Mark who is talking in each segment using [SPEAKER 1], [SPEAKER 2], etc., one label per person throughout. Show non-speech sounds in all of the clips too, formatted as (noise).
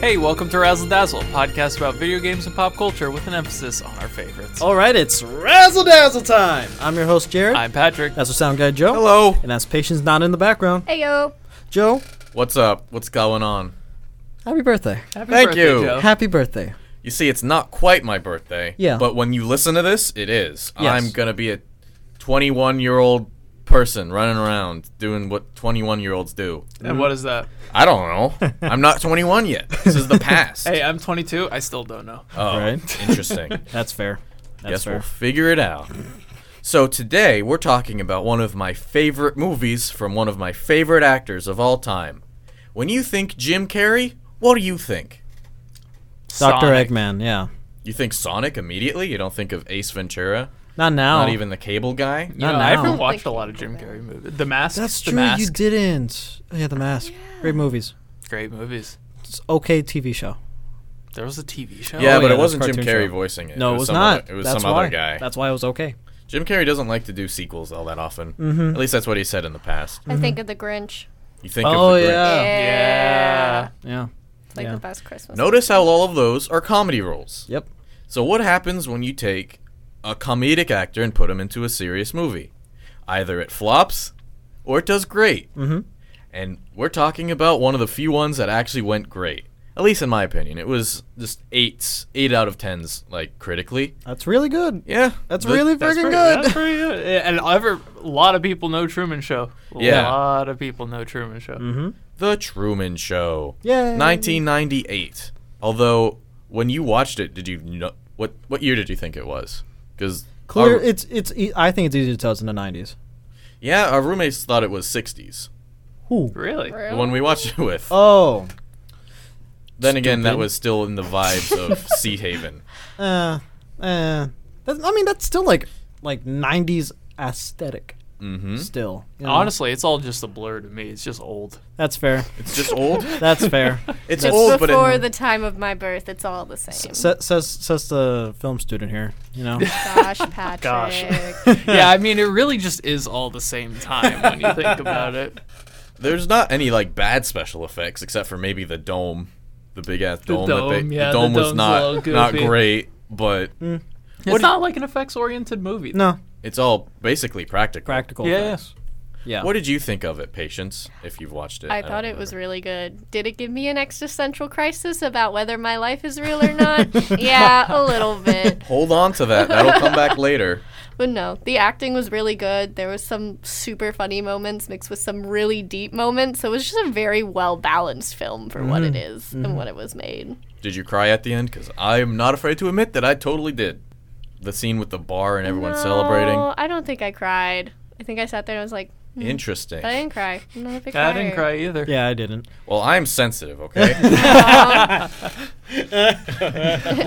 [SPEAKER 1] Hey, welcome to Razzle Dazzle, a podcast about video games and pop culture with an emphasis on our favorites.
[SPEAKER 2] All right, it's Razzle Dazzle time. I'm your host, Jared.
[SPEAKER 1] I'm Patrick.
[SPEAKER 2] that's our sound guy, Joe.
[SPEAKER 3] Hello.
[SPEAKER 2] And that's Patience not in the background.
[SPEAKER 4] Hey yo.
[SPEAKER 2] Joe,
[SPEAKER 3] What's up? What's going on?
[SPEAKER 2] happy birthday.
[SPEAKER 1] Happy
[SPEAKER 3] Thank
[SPEAKER 1] birthday,
[SPEAKER 3] you.
[SPEAKER 1] Joe.
[SPEAKER 2] Happy birthday.
[SPEAKER 3] You see, it's not quite my birthday.
[SPEAKER 2] Yeah.
[SPEAKER 3] But when you listen to this, it is.
[SPEAKER 2] Yes.
[SPEAKER 3] I'm gonna be a 21 year old person running around doing what 21 year olds do.
[SPEAKER 1] And what is that?
[SPEAKER 3] I don't
[SPEAKER 2] (laughs)
[SPEAKER 3] know. I'm not 21 yet. This is the past.
[SPEAKER 1] Hey, I'm 22. I still don't know.
[SPEAKER 3] oh, (laughs)
[SPEAKER 2] Right. (laughs)
[SPEAKER 3] interesting.
[SPEAKER 2] That's fair. That's
[SPEAKER 3] Guess
[SPEAKER 2] fair.
[SPEAKER 3] we'll figure it out. So today we're talking about one of my favorite movies from one of my favorite actors of all time. When you think Jim Carrey, what do you think?
[SPEAKER 2] Dr.
[SPEAKER 1] Sonic.
[SPEAKER 2] Eggman, yeah.
[SPEAKER 3] You think Sonic immediately? You don't think of Ace Ventura?
[SPEAKER 2] Not now.
[SPEAKER 3] Not even the cable guy?
[SPEAKER 1] You know,
[SPEAKER 2] Not
[SPEAKER 1] I
[SPEAKER 2] now.
[SPEAKER 1] haven't watched a lot of Jim Carrey movies. The Mask.
[SPEAKER 2] That's
[SPEAKER 1] the
[SPEAKER 2] true. You
[SPEAKER 1] Mask.
[SPEAKER 2] didn't. Oh, Yeah,
[SPEAKER 3] Oh,
[SPEAKER 2] The Mask. Great movies.
[SPEAKER 1] Great movies.
[SPEAKER 2] It's okay TV show.
[SPEAKER 1] There was a TV show.
[SPEAKER 3] Yeah,
[SPEAKER 2] Oh,
[SPEAKER 3] but
[SPEAKER 2] yeah,
[SPEAKER 3] it wasn't
[SPEAKER 2] that's
[SPEAKER 3] Jim
[SPEAKER 2] cartoon
[SPEAKER 3] Carrey
[SPEAKER 2] show.
[SPEAKER 3] voicing it.
[SPEAKER 2] No, it was,
[SPEAKER 3] some
[SPEAKER 2] not.
[SPEAKER 3] other- it was
[SPEAKER 2] that's
[SPEAKER 3] some
[SPEAKER 2] why.
[SPEAKER 3] other guy.
[SPEAKER 2] That's why it was okay.
[SPEAKER 3] Jim Carrey doesn't like to do sequels all that often.
[SPEAKER 2] Mm-hmm.
[SPEAKER 3] At least that's what he said in the past.
[SPEAKER 4] I think of the Grinch.
[SPEAKER 3] You think
[SPEAKER 2] Oh,
[SPEAKER 3] of the Grinch.
[SPEAKER 2] yeah.
[SPEAKER 4] Yeah.
[SPEAKER 2] Yeah.
[SPEAKER 4] It's like
[SPEAKER 2] Yeah.
[SPEAKER 4] the best Christmas.
[SPEAKER 3] Notice how all of those are comedy roles.
[SPEAKER 2] Yep.
[SPEAKER 3] So what happens when you take a comedic actor and put him into a serious movie? Either it flops or it does great. Mm-hmm. And we're talking about one of the few ones that actually went great. At least in my opinion. It was just eights, eight out of tens, like critically.
[SPEAKER 2] That's really good.
[SPEAKER 3] Yeah.
[SPEAKER 2] That's really
[SPEAKER 1] That's
[SPEAKER 2] freaking
[SPEAKER 1] pretty,
[SPEAKER 2] good.
[SPEAKER 1] That's pretty good. Yeah, And ever, a lot of people know Truman Show. A
[SPEAKER 3] Yeah.
[SPEAKER 1] lot of people know Truman Show.
[SPEAKER 2] Mm. Mm-hmm.
[SPEAKER 3] The Truman Show.
[SPEAKER 2] Yay.
[SPEAKER 3] 1998. Although when you watched it, did you know what what year did you think it was? Cuz
[SPEAKER 2] Clear. It's it's. E- I think it's easy to tell it's in the 90s.
[SPEAKER 3] yeah, our roommates thought it was 60s.
[SPEAKER 2] Who?
[SPEAKER 1] Really?
[SPEAKER 4] Really?
[SPEAKER 3] The one we watched it with.
[SPEAKER 2] Oh.
[SPEAKER 3] then again, that
[SPEAKER 2] stupid.
[SPEAKER 3] was still in the vibes of
[SPEAKER 2] (laughs)
[SPEAKER 3] Sea Haven.
[SPEAKER 2] Uh, uh, that's, I mean, that's still like like '90s aesthetic.
[SPEAKER 1] Hmm?
[SPEAKER 3] Mhm.
[SPEAKER 2] Still, you know?
[SPEAKER 1] Honestly, it's all just a blur to me. It's just
[SPEAKER 2] (laughs)
[SPEAKER 1] old.
[SPEAKER 2] that's fair.
[SPEAKER 3] It's just old.
[SPEAKER 2] That's
[SPEAKER 1] (laughs)
[SPEAKER 2] fair.
[SPEAKER 3] It's
[SPEAKER 2] That's-
[SPEAKER 3] old, but
[SPEAKER 4] Before
[SPEAKER 3] it,
[SPEAKER 4] the time of my birth, it's all the same.
[SPEAKER 2] Sa- says says the film student here. You know,
[SPEAKER 3] (laughs)
[SPEAKER 4] Gosh, Patrick.
[SPEAKER 1] Gosh. yeah, I mean, it really just is all the same time when you
[SPEAKER 2] (laughs)
[SPEAKER 1] think about it.
[SPEAKER 3] there's not any like bad special effects except for maybe the dome, the big ass dome. that
[SPEAKER 1] dome,
[SPEAKER 3] they,
[SPEAKER 1] yeah, the
[SPEAKER 3] the dome was
[SPEAKER 1] dome's a
[SPEAKER 3] not
[SPEAKER 1] little
[SPEAKER 3] not
[SPEAKER 1] goofy.
[SPEAKER 3] great, but
[SPEAKER 2] Mm.
[SPEAKER 1] it's not like an effects-oriented movie.
[SPEAKER 2] no
[SPEAKER 3] it's all basically practical.
[SPEAKER 2] practical.
[SPEAKER 1] Yeah,
[SPEAKER 2] effects. yeah.
[SPEAKER 3] What did you think of it, Patience? If you've watched it,
[SPEAKER 4] I
[SPEAKER 3] don't
[SPEAKER 4] thought it was
[SPEAKER 3] remember.
[SPEAKER 4] really good. Did it give me an existential crisis about whether my life is real
[SPEAKER 3] (laughs)
[SPEAKER 4] or not? yeah, a little bit.
[SPEAKER 3] Hold on to that. That'll come
[SPEAKER 4] (laughs)
[SPEAKER 3] back later.
[SPEAKER 4] But no, the acting was really good. There was some super funny moments mixed with some really deep moments. So it was just a very well balanced film for what it
[SPEAKER 3] Mm-hmm.
[SPEAKER 4] is and what it was made.
[SPEAKER 3] Did you cry at the end? Because I am not afraid to admit that I totally did. The scene with the bar and everyone celebrating.
[SPEAKER 4] No, Mm. I don't think I cried. I think I sat there and I was like, hmm,
[SPEAKER 3] Interesting.
[SPEAKER 4] I didn't cry. I'm not a big
[SPEAKER 1] I didn't
[SPEAKER 4] crier."
[SPEAKER 1] cry either.
[SPEAKER 2] Yeah, I didn't.
[SPEAKER 3] Well, I'm sensitive, (laughs) okay?
[SPEAKER 1] (laughs)
[SPEAKER 4] (laughs)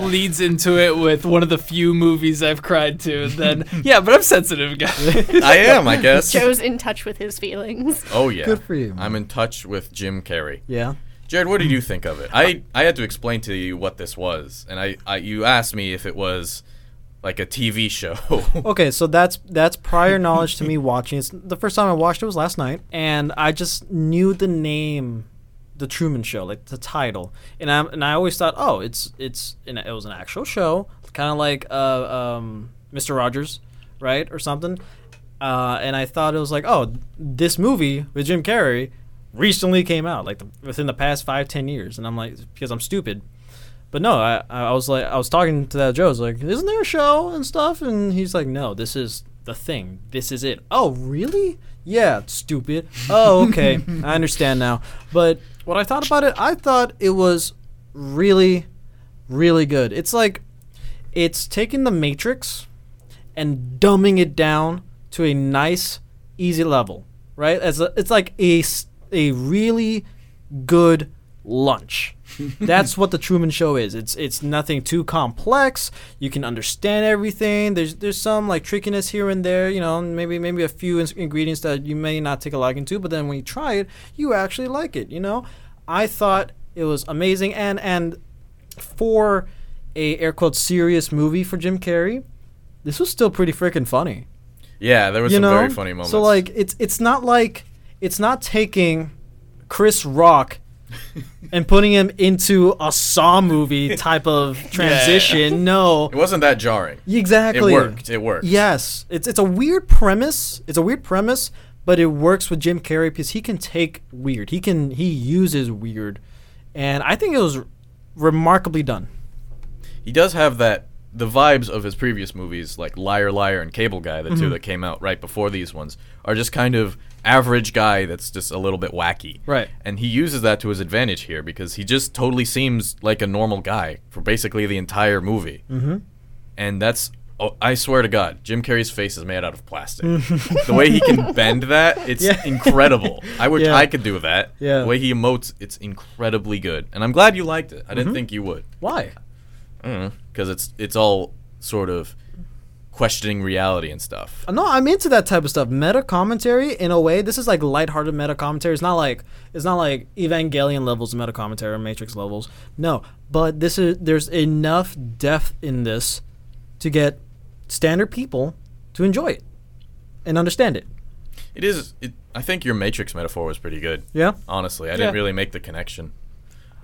[SPEAKER 1] Leads into it with one of the few movies I've cried to. And
[SPEAKER 2] (laughs)
[SPEAKER 1] then yeah, but I'm sensitive, guys.
[SPEAKER 3] I am, I guess.
[SPEAKER 4] (laughs) Joe's in touch with his feelings.
[SPEAKER 3] Oh yeah.
[SPEAKER 2] Good for you.
[SPEAKER 3] I'm in touch with Jim Carrey.
[SPEAKER 2] (laughs) Yeah.
[SPEAKER 3] Jared, what did you think of it?
[SPEAKER 2] Uh,
[SPEAKER 3] I, I had to explain to you what this was, and I, I you asked me if it was like a TV show. (laughs)
[SPEAKER 2] Okay, so that's that's prior knowledge to me watching. It's the first time I watched it was last night, and I just knew the name, The Truman Show, like the title, and I and I always thought, oh, it's it's an, it was an actual show, kind of like uh, um, Mr. Rogers, right or something, uh, and I thought it was like, oh, this movie with Jim Carrey recently came out, like the, within the past five ten years, and I'm like, because I'm stupid, but no, I I was like I was talking to that Joe. I was like, "Isn't there a show and stuff?" And he's like, "No, this is the thing. This is it." Oh, really? Yeah, stupid. Oh, okay, I understand now. But what I thought about it, I thought it was really, really good. It's like it's taking the Matrix and dumbing it down to a nice, easy level, right? As a, it's like a s- a really good lunch. (laughs) That's what the Truman Show is. It's it's nothing too complex. You can understand everything. There's there's some like trickiness here and there. You know, maybe maybe a few ins- ingredients that you may not take a liking to, but then when you try it, you actually like it. You know, I thought it was amazing and and for a air quote serious movie for Jim Carrey, this was still pretty freaking funny.
[SPEAKER 3] yeah, there was
[SPEAKER 2] You
[SPEAKER 3] some
[SPEAKER 2] know,
[SPEAKER 3] very funny moments. (laughs)
[SPEAKER 2] so like it's it's not like it's not taking Chris Rock and putting him into a Saw movie type
[SPEAKER 3] (laughs)
[SPEAKER 2] of transition. No,
[SPEAKER 3] It wasn't that jarring.
[SPEAKER 2] exactly.
[SPEAKER 3] It worked. It worked.
[SPEAKER 2] Yes, it's it's a weird premise. It's a weird premise, but it works with Jim Carrey because he can take weird. He can he uses weird, and I think it was remarkably done.
[SPEAKER 3] He does have that the vibes of his previous movies, like Liar Liar and Cable Guy, the
[SPEAKER 2] Mm-hmm.
[SPEAKER 3] two that came out right before these ones, are just kind of average guy that's just a little bit wacky.
[SPEAKER 2] Right.
[SPEAKER 3] And he uses that to his advantage here because he just totally seems like a normal guy for basically the entire movie. Mm-hmm. And that's oh, I swear to God, Jim Carrey's face is made out
[SPEAKER 2] (laughs)
[SPEAKER 3] of plastic. the way he can bend that, it's
[SPEAKER 2] Yeah. (laughs)
[SPEAKER 3] incredible. I wish
[SPEAKER 2] Yeah.
[SPEAKER 3] I could do that.
[SPEAKER 2] Yeah.
[SPEAKER 3] The way he emotes, it's incredibly good. And I'm glad you liked it. I didn't
[SPEAKER 2] Mm-hmm.
[SPEAKER 3] think you would
[SPEAKER 2] Why?
[SPEAKER 3] because it's it's all sort of questioning reality and stuff.
[SPEAKER 2] No, I'm into that type of stuff. Meta commentary in a way. This is like lighthearted meta commentary. It's not like it's not like Evangelion levels of meta commentary or Matrix levels. No, but this is there's enough depth in this to get standard people to enjoy it and understand it.
[SPEAKER 3] It is. It, I think your Matrix metaphor was pretty good.
[SPEAKER 2] Yeah.
[SPEAKER 3] Honestly, I didn't
[SPEAKER 1] Yeah.
[SPEAKER 3] really make the connection.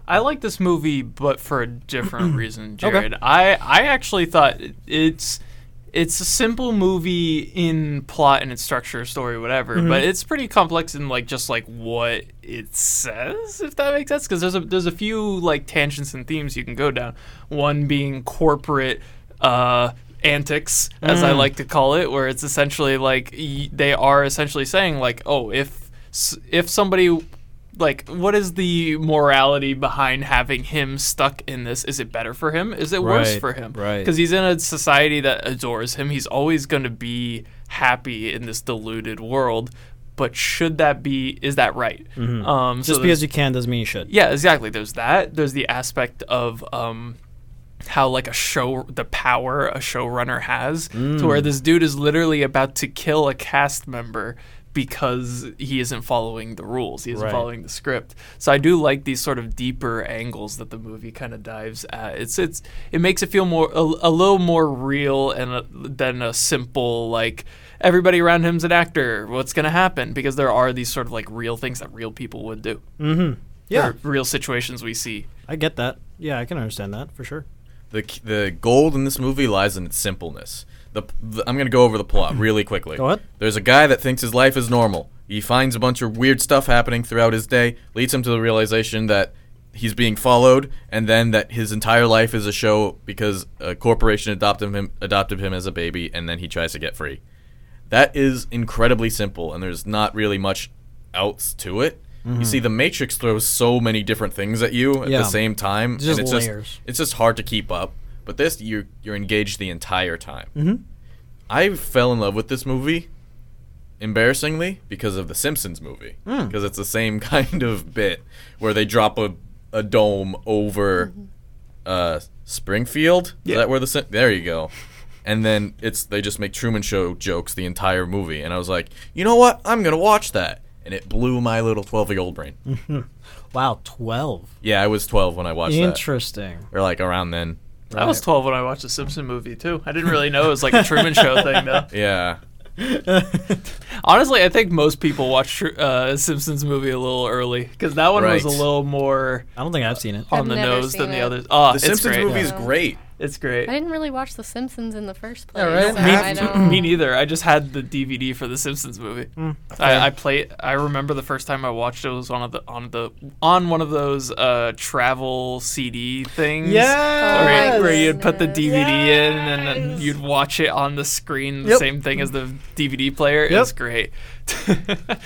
[SPEAKER 1] I like this movie, but for a different reason, Jared. I I actually thought it's it's a simple movie in plot and its structure, story, whatever, but it's pretty complex in like just like what it says, if that makes sense. Because there's a there's a few like tangents and themes you can go down. One being corporate. Uh, antics as i like to call it where it's essentially like y- they are essentially saying like oh if s- if somebody like what is the morality behind having him stuck in this is it better for him is it worse
[SPEAKER 2] Right,
[SPEAKER 1] for him
[SPEAKER 2] right.
[SPEAKER 1] because he's in a society that adores him he's always going to be happy in this deluded world but should that be is that right um so
[SPEAKER 2] Mm-hmm. Just
[SPEAKER 1] there's-
[SPEAKER 2] because you can doesn't mean you should.
[SPEAKER 1] yeah, exactly. There's that. There's the aspect of um, how like a show, the power a showrunner has, to where this dude is literally about to kill a cast member because he isn't following the rules. He isn't
[SPEAKER 2] Right.
[SPEAKER 1] following the script. So I do like these sort of deeper angles that the movie kind of dives at. It's it's it makes it feel more a, a little more real and a, than a simple like everybody around him's an actor. What's gonna happen? Because there are these sort of like real things that real people would do
[SPEAKER 2] Yeah,
[SPEAKER 1] or real situations we see.
[SPEAKER 2] I get that. Yeah, I can understand that for sure.
[SPEAKER 3] The k- the gold in this movie lies in its simpleness. The, p- the I'm gonna go over
[SPEAKER 2] (clears throat)
[SPEAKER 3] the plot really quickly.
[SPEAKER 2] Go ahead.
[SPEAKER 3] There's a guy that thinks his life is normal. He finds a bunch of weird stuff happening throughout his day, leads him to the realization that he's being followed, and then that his entire life is a show because a corporation adopted him adopted him as a baby, and then he tries to get free. That is incredibly simple, and there's not really much else to it. You see, the Matrix throws so many different things at you at
[SPEAKER 2] Mm-hmm. Yeah.
[SPEAKER 3] the same time,
[SPEAKER 2] Just
[SPEAKER 3] and it's
[SPEAKER 2] layers.
[SPEAKER 3] just it's just hard to keep up. But this, you you're engaged the entire time.
[SPEAKER 2] Mm-hmm.
[SPEAKER 3] I fell in love with this movie, embarrassingly, because of the Simpsons movie.
[SPEAKER 2] Mm.
[SPEAKER 3] Because it's the same (laughs) kind of bit where they drop a, a dome over
[SPEAKER 2] Mm-hmm.
[SPEAKER 3] uh, Springfield. Is that where the Sim- there you go. And then it's they just make Truman Show jokes the entire movie, and I was like, you know what? I'm gonna watch that, and it blew my little twelve year old brain.
[SPEAKER 2] Mm. Wow, twelve.
[SPEAKER 3] yeah, I was twelve when I watched that,
[SPEAKER 2] Interesting. (laughs)
[SPEAKER 3] or like around then.
[SPEAKER 1] I was 12 when I watched the Simpson movie too. I didn't really know it was like a Truman Show thing
[SPEAKER 3] (laughs)
[SPEAKER 1] though.
[SPEAKER 3] Yeah,
[SPEAKER 1] Honestly, I think most people watch Tru- uh, Simpsons movie a little early because that one was a
[SPEAKER 3] Right.
[SPEAKER 1] little more
[SPEAKER 2] I don't think I've seen it.
[SPEAKER 1] on
[SPEAKER 4] I've
[SPEAKER 1] the
[SPEAKER 4] never
[SPEAKER 1] nose
[SPEAKER 4] seen
[SPEAKER 1] than the
[SPEAKER 4] it.
[SPEAKER 1] others. Oh,
[SPEAKER 3] the
[SPEAKER 1] it's
[SPEAKER 3] Simpsons
[SPEAKER 1] great.
[SPEAKER 3] movie is great.
[SPEAKER 1] It's great.
[SPEAKER 4] I didn't really watch The Simpsons in the first place.
[SPEAKER 2] right.
[SPEAKER 4] so
[SPEAKER 1] me,
[SPEAKER 4] I
[SPEAKER 1] (clears throat)
[SPEAKER 4] don't-
[SPEAKER 1] me neither. I just had the DVD for the Simpsons movie.
[SPEAKER 3] Hmm.
[SPEAKER 1] I, I play. I remember the first time I watched it was on the on the on one of those uh, travel CD things.
[SPEAKER 2] Yeah.
[SPEAKER 1] Where, where
[SPEAKER 4] Yes.
[SPEAKER 1] you'd put the DVD in and then you'd watch it on the screen, the
[SPEAKER 2] Yep.
[SPEAKER 1] same thing as the DVD player. It
[SPEAKER 2] Yep.
[SPEAKER 1] was great. (laughs)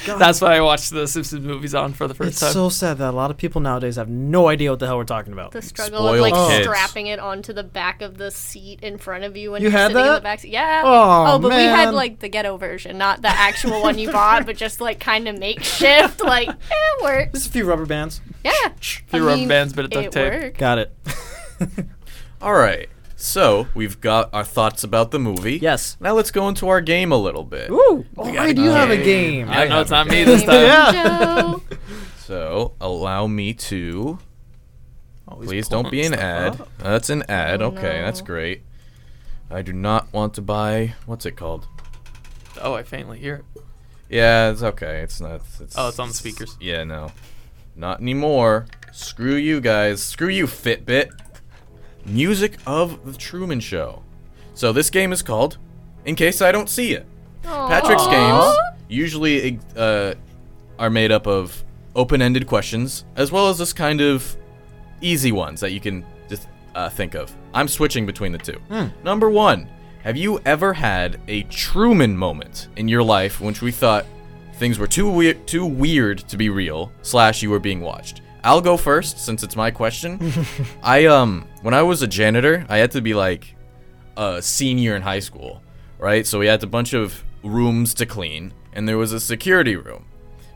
[SPEAKER 1] That's what I watched the Simpsons movies on for the first
[SPEAKER 2] It's
[SPEAKER 1] time.
[SPEAKER 2] so sad that a lot of people nowadays have no idea what the hell we're talking about.
[SPEAKER 4] The struggle
[SPEAKER 3] Spoiled
[SPEAKER 4] of like
[SPEAKER 3] kids.
[SPEAKER 4] strapping it onto the back of the seat in front of you when
[SPEAKER 2] You
[SPEAKER 4] are
[SPEAKER 2] had
[SPEAKER 4] sitting in
[SPEAKER 2] that?
[SPEAKER 4] the back seat. Yeah.
[SPEAKER 2] Oh,
[SPEAKER 4] but we had
[SPEAKER 2] man.
[SPEAKER 4] like the ghetto version, not the actual one you bought, but just like kind of makeshift. Like eh, it works.
[SPEAKER 2] There's a few rubber bands.
[SPEAKER 4] Yeah.
[SPEAKER 1] few
[SPEAKER 4] I
[SPEAKER 1] rubber
[SPEAKER 4] mean,
[SPEAKER 1] bands, bit of duct
[SPEAKER 4] it
[SPEAKER 1] tape.
[SPEAKER 4] worked.
[SPEAKER 2] Got (laughs) it.
[SPEAKER 3] All right. So we've got our thoughts about the movie.
[SPEAKER 2] Yes.
[SPEAKER 3] Now let's go into our game a little bit.
[SPEAKER 2] Ooh. All right, you have a game.
[SPEAKER 1] yeah,
[SPEAKER 3] I
[SPEAKER 1] no,
[SPEAKER 3] have
[SPEAKER 1] it's not
[SPEAKER 2] (laughs)
[SPEAKER 3] it.
[SPEAKER 1] me this
[SPEAKER 4] Game
[SPEAKER 1] time.
[SPEAKER 2] Yeah.
[SPEAKER 4] Joe.
[SPEAKER 3] So allow me to.
[SPEAKER 1] Always
[SPEAKER 3] Please don't be an
[SPEAKER 1] pulling
[SPEAKER 3] ad.
[SPEAKER 1] stuff up.
[SPEAKER 3] That's an ad.
[SPEAKER 4] Oh,
[SPEAKER 3] okay, that's
[SPEAKER 4] no.
[SPEAKER 3] great. I do not want to buy. What's it called?
[SPEAKER 1] Oh, I faintly hear it. (laughs)
[SPEAKER 3] Yeah, it's okay. It's not. It's,
[SPEAKER 1] Oh, it's on the speakers.
[SPEAKER 3] Yeah, no, not anymore. Screw you guys. Screw you, Fitbit. Music of The Truman Show. So this game is called In Case I Don't See You. Patrick's games usually uh, are made up of open ended questions as well as just kind of easy ones that you can just uh, think of. I'm switching between the two. Number one, have you ever had a Truman moment in your life in which we thought things were too weird, too weird to be real, slash you were being watched? I'll go first since it's my question. I um when I was a janitor, I had to be like a senior in high school, right? So we had a bunch of rooms to clean, and there was a security room,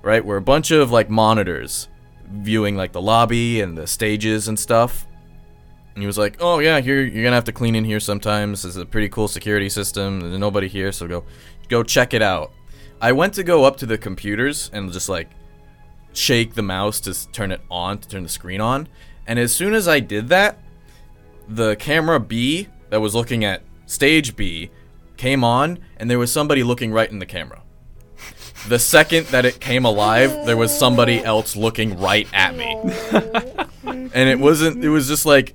[SPEAKER 3] right, where a bunch of like monitors viewing like the lobby and the stages and stuff. And he was like, "Oh yeah, you're you're gonna have to clean in here sometimes. It's a pretty cool security system. There's nobody here, so go go check it out." I went to go up to the computers and just like shake the mouse to s- turn it on, to turn the screen on. And as soon as I did that, the camera B that was looking at stage B came on, and there was somebody looking right in the camera. The second that it came alive, there was somebody else looking right at me. (laughs) and it wasn't, it was just like